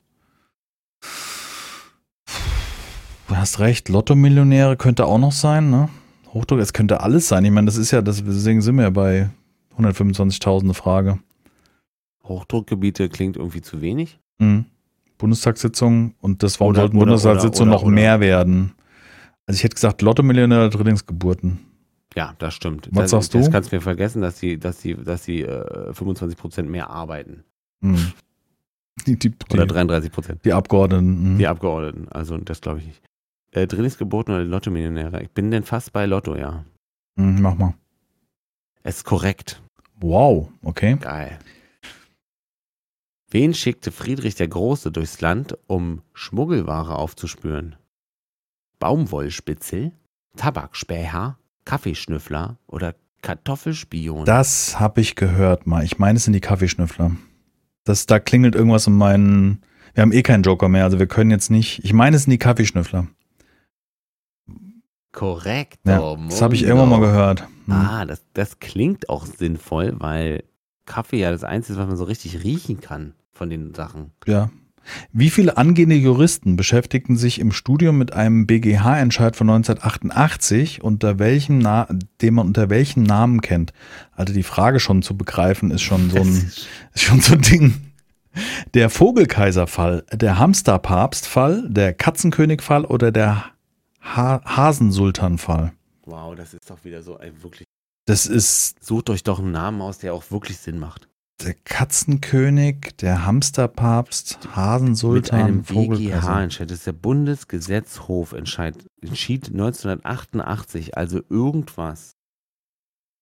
A: Du hast recht, Lotto-Millionäre könnte auch noch sein, ne? Hochdruck, es könnte alles sein. Ich meine, das ist ja, das, deswegen sind wir ja bei 125.000 Frage.
B: Hochdruckgebiete klingt irgendwie zu wenig.
A: Mhm. Bundestagssitzung und das warum
B: Oder-
A: sollten
B: oder-
A: Bundestagssitzungen
B: oder-
A: noch
B: oder-
A: mehr werden? Also ich hätte gesagt, Lotto Millionär Drillingsgeburten.
B: Ja, das stimmt.
A: Was
B: das,
A: sagst
B: Das
A: du?
B: kannst du mir vergessen, dass sie, dass sie, dass sie äh, 25% mehr arbeiten.
A: Mhm. Die, die,
B: Oder
A: die,
B: 33%.
A: die Abgeordneten. mhm.
B: Die Abgeordneten. Also das glaube ich nicht. Äh, Drillingsgeburten oder Lotto-Millionäre. Ich bin denn fast bei Lotto, ja.
A: Mhm, mach mal.
B: Es ist korrekt.
A: Wow, okay.
B: Geil. Wen schickte Friedrich der Große durchs Land, um Schmuggelware aufzuspüren? Baumwollspitzel, Tabakspäher, Kaffeeschnüffler oder Kartoffelspion?
A: Das habe ich gehört mal. Ich meine, es sind die Kaffeeschnüffler. Das, da klingelt irgendwas in meinen. Wir haben eh keinen Joker mehr, also wir können jetzt nicht. Ich meine, es sind die Kaffeeschnüffler.
B: Korrekt.
A: Ja,
B: oh
A: das habe ich
B: Mundo.
A: irgendwann mal gehört. Mhm.
B: Ah, das, das klingt auch sinnvoll, weil Kaffee ja das Einzige ist, was man so richtig riechen kann von den Sachen.
A: Ja. Wie viele angehende Juristen beschäftigten sich im Studium mit einem BGH-Entscheid von 1988, unter welchem Na den man unter welchem Namen kennt? Also die Frage schon zu begreifen ist schon so ein, ist schon so ein Ding. Der Vogelkaiserfall, der Hamsterpapstfall, der Katzenkönig-Fall oder der ha Hasensultan-Fall?
B: wow, das ist doch wieder so ein wirklich.
A: Das ist
B: Sucht euch doch einen Namen aus, der auch wirklich Sinn macht.
A: der Katzenkönig, der Hamsterpapst, Hasensultan,
B: Mit einem BGH-Entscheid. Das ist der Bundesgesetzhof entscheid, entschied 1988, also irgendwas.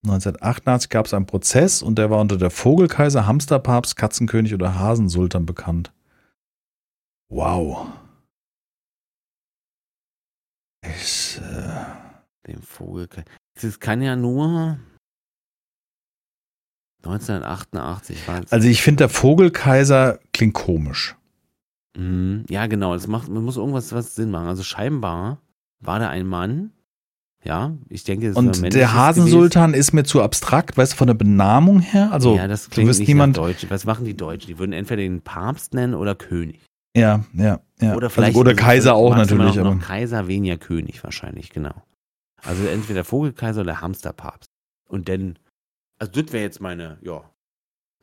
A: 1988 gab es einen Prozess und der war unter der Vogelkaiser, Hamsterpapst, Katzenkönig oder Hasensultan bekannt. Wow. Ich, äh,
B: Dem Vogel. Das kann ja nur 1988 war es.
A: also ich finde, der Vogelkaiser klingt komisch.
B: Mhm. Ja, genau. Es macht, man muss irgendwas was Sinn machen. Also scheinbar war da ein Mann, Ja, ich denke, es ist ein
A: Und
B: männliches
A: der Hasensultan ist mir zu abstrakt, weißt du, von der Benamung her. Also,
B: gewesen. ja, das
A: du
B: klingt
A: wirst
B: nicht
A: niemand.
B: nach Deutsch. Was machen die Deutschen? Die würden entweder den Papst nennen oder König.
A: Ja, ja, ja.
B: Oder vielleicht
A: also, oder Kaiser auch
B: maximal
A: natürlich.
B: Noch,
A: Aber,
B: noch Kaiser, weniger König wahrscheinlich, genau. Also entweder Vogelkaiser oder Hamsterpapst. Und dann, also das wäre jetzt meine, ja.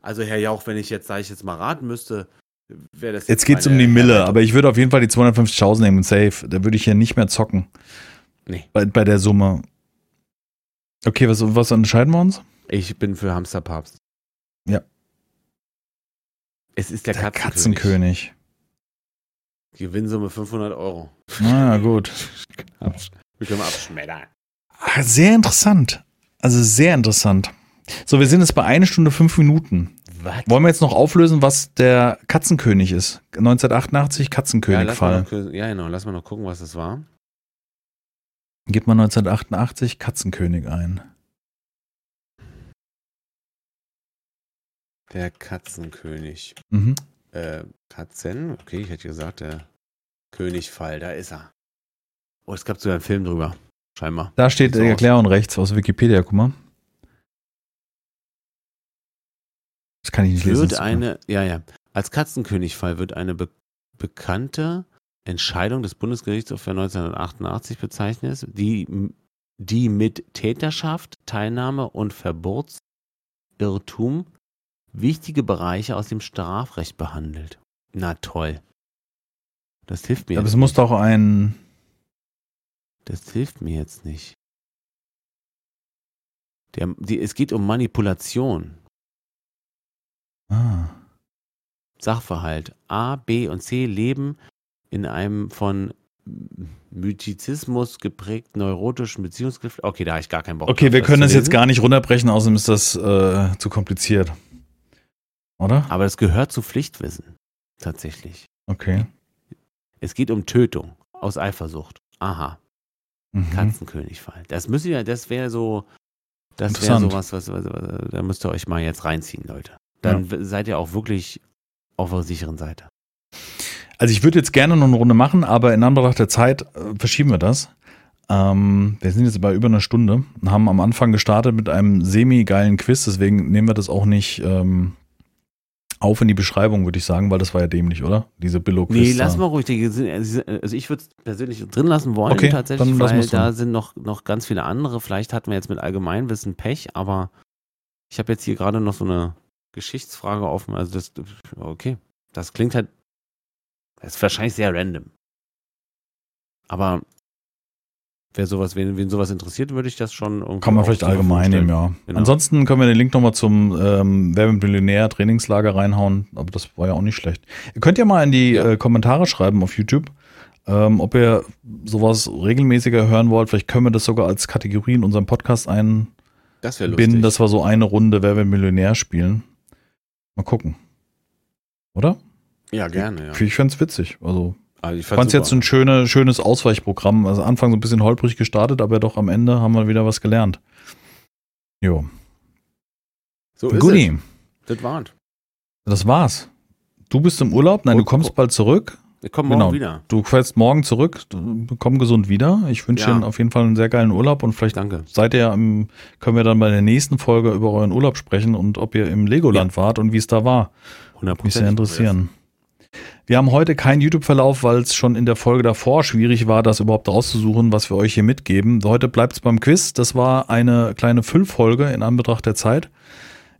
B: Also Herr Jauch, wenn ich jetzt, sage ich jetzt mal raten müsste, wäre das
A: jetzt geht's um
B: meine
A: die Mille,
B: Erleichterung.
A: aber ich würde auf jeden Fall die 250.000 nehmen, safe. Da würde ich hier nicht mehr zocken.
B: Nee.
A: Bei, bei der Summe. Okay, was, was entscheiden wir uns?
B: Ich bin für Hamsterpapst.
A: Ja.
B: Es ist der,
A: Der
B: Katzenkönig.
A: Katzenkönig.
B: Gewinnsumme 500 Euro.
A: Na ja, Ah, gut.
B: Wir können mal abschmettern.
A: Ah, Sehr interessant. Also sehr interessant. So, wir sind jetzt bei 1 Stunde 5 Minuten.
B: Was?
A: Wollen wir jetzt noch auflösen, was der Katzenkönig ist? 1988
B: Ja, lass mal
A: Katzenkönigfall.
B: noch, kü- ja, genau. Lass mal noch gucken, was das war.
A: Gib mal 1988 Katzenkönig ein.
B: Der Katzenkönig.
A: Mhm.
B: Äh, Katzen? Okay, ich hätte gesagt, der Königfall. Da ist er. Oh, es gab sogar einen Film drüber. Scheinbar.
A: Da steht
B: Sieht's
A: die
B: aus.
A: Erklärung rechts aus Wikipedia, guck mal. Das kann ich nicht lesen.
B: Wird
A: das ist-
B: eine, ja, ja. Als Katzenkönigfall wird eine be bekannte Entscheidung des Bundesgerichtshofs für 1988 bezeichnet, die, m- die mit Täterschaft, Teilnahme und Verbotsirrtum wichtige Bereiche aus dem Strafrecht behandelt. Na toll. Das hilft mir.
A: Aber
B: jetzt
A: es muss doch ein.
B: das hilft mir jetzt nicht. Der, die, es geht um Manipulation,
A: Ah.
B: Sachverhalt. A, B und C leben in einem von Mythizismus geprägten neurotischen Beziehungsgriff. Okay, da habe ich gar keinen Bock.
A: Okay,
B: drauf,
A: wir
B: das
A: können
B: zu
A: das jetzt
B: lesen.
A: gar nicht runterbrechen, außerdem ist das äh, zu kompliziert. Oder?
B: Aber das gehört zu Pflichtwissen. Tatsächlich.
A: Okay.
B: Es geht um Tötung aus Eifersucht. Aha,
A: Mhm.
B: Katzenkönigfall. Das müsst ihr, das wäre so, das wäre
A: Interessant.
B: sowas, was, was, was, da müsst ihr euch mal jetzt reinziehen, Leute. Dann w- seid ihr auch wirklich auf der sicheren Seite.
A: Also ich würde jetzt gerne noch eine Runde machen, aber in Anbetracht der Zeit äh, verschieben wir das. Ähm, wir sind jetzt bei über einer Stunde und haben am Anfang gestartet mit einem semi-geilen Quiz, deswegen nehmen wir das auch nicht ähm, auf in die Beschreibung, würde ich sagen, weil das war ja dämlich, oder? Diese Billo-Quiz.
B: Nee, lass
A: da.
B: mal ruhig. Die sind, also ich würde es persönlich drin lassen wollen,
A: Okay,
B: tatsächlich,
A: dann lassen
B: weil
A: wir's
B: da
A: drin.
B: sind noch, noch ganz viele andere. Vielleicht hatten wir jetzt mit Allgemeinwissen Pech, aber ich habe jetzt hier gerade noch so eine Geschichtsfrage offen. Also das, okay, das klingt halt, das ist wahrscheinlich sehr random. Aber wer sowas, wen, wen sowas interessiert, würde ich das schon irgendwie
A: Kann man
B: auch
A: vielleicht
B: zur Verfügung
A: allgemein
B: stellen.
A: nehmen, ja.
B: Genau.
A: Ansonsten können wir den Link nochmal zum ähm, Wer wird Millionär Trainingslager reinhauen, aber das war ja auch nicht schlecht. Ihr könnt ja mal in die
B: Ja.
A: äh, Kommentare schreiben auf YouTube, ähm, ob ihr sowas regelmäßiger hören wollt. Vielleicht können wir das sogar als Kategorie in unserem Podcast einbinden,
B: Das wäre lustig.
A: dass wir so eine Runde Wer wird Millionär spielen. Mal gucken. Oder?
B: ja, gerne, ja.
A: Ich fände es witzig. Also,
B: Also ich
A: ich fand es jetzt ein schöne, schönes Ausweichprogramm. Also, Anfang so ein bisschen holprig gestartet, aber doch am Ende haben wir wieder was gelernt. Jo.
B: so ist
A: Goodie.
B: es. Das war's.
A: Das war's. Du bist im Urlaub, nein,
B: Und- oh.
A: du kommst bald zurück.
B: Wir kommen morgen
A: Genau.
B: wieder.
A: Du fährst morgen zurück, du- komm gesund wieder. Ich wünsche
B: Ja.
A: dir auf jeden Fall einen sehr geilen Urlaub und vielleicht
B: Danke.
A: seid ihr im, können wir dann bei der nächsten Folge über euren Urlaub sprechen und ob ihr im Legoland wart und wie es da war.
B: 100
A: Mich sehr interessieren. Wir haben heute keinen YouTube-Verlauf, weil es schon in der Folge davor schwierig war, das überhaupt rauszusuchen, was wir euch hier mitgeben. Heute bleibt es beim Quiz. Das war eine kleine Füllfolge in Anbetracht der Zeit.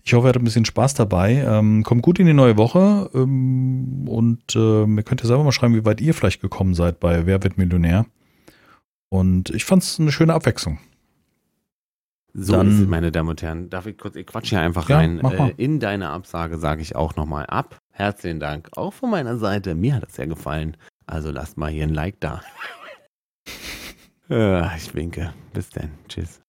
A: Ich hoffe, ihr hattet ein bisschen Spaß dabei. Ähm, kommt gut in die neue Woche ähm, und äh, ihr könnt ja selber mal schreiben, wie weit ihr vielleicht gekommen seid bei Wer wird Millionär. Und ich fand es eine schöne Abwechslung.
B: So
A: Dann-
B: ist es, meine Damen und Herren. Darf ich kurz, ich quatsche hier einfach
A: Ja,
B: rein.
A: mach mal.
B: Äh, in deine Absage sage ich auch nochmal ab. Herzlichen Dank. Auch von meiner Seite. Mir hat es sehr gefallen. Also lasst mal hier ein Like da. Äh, ich winke. Ah, Bis dann. Tschüss.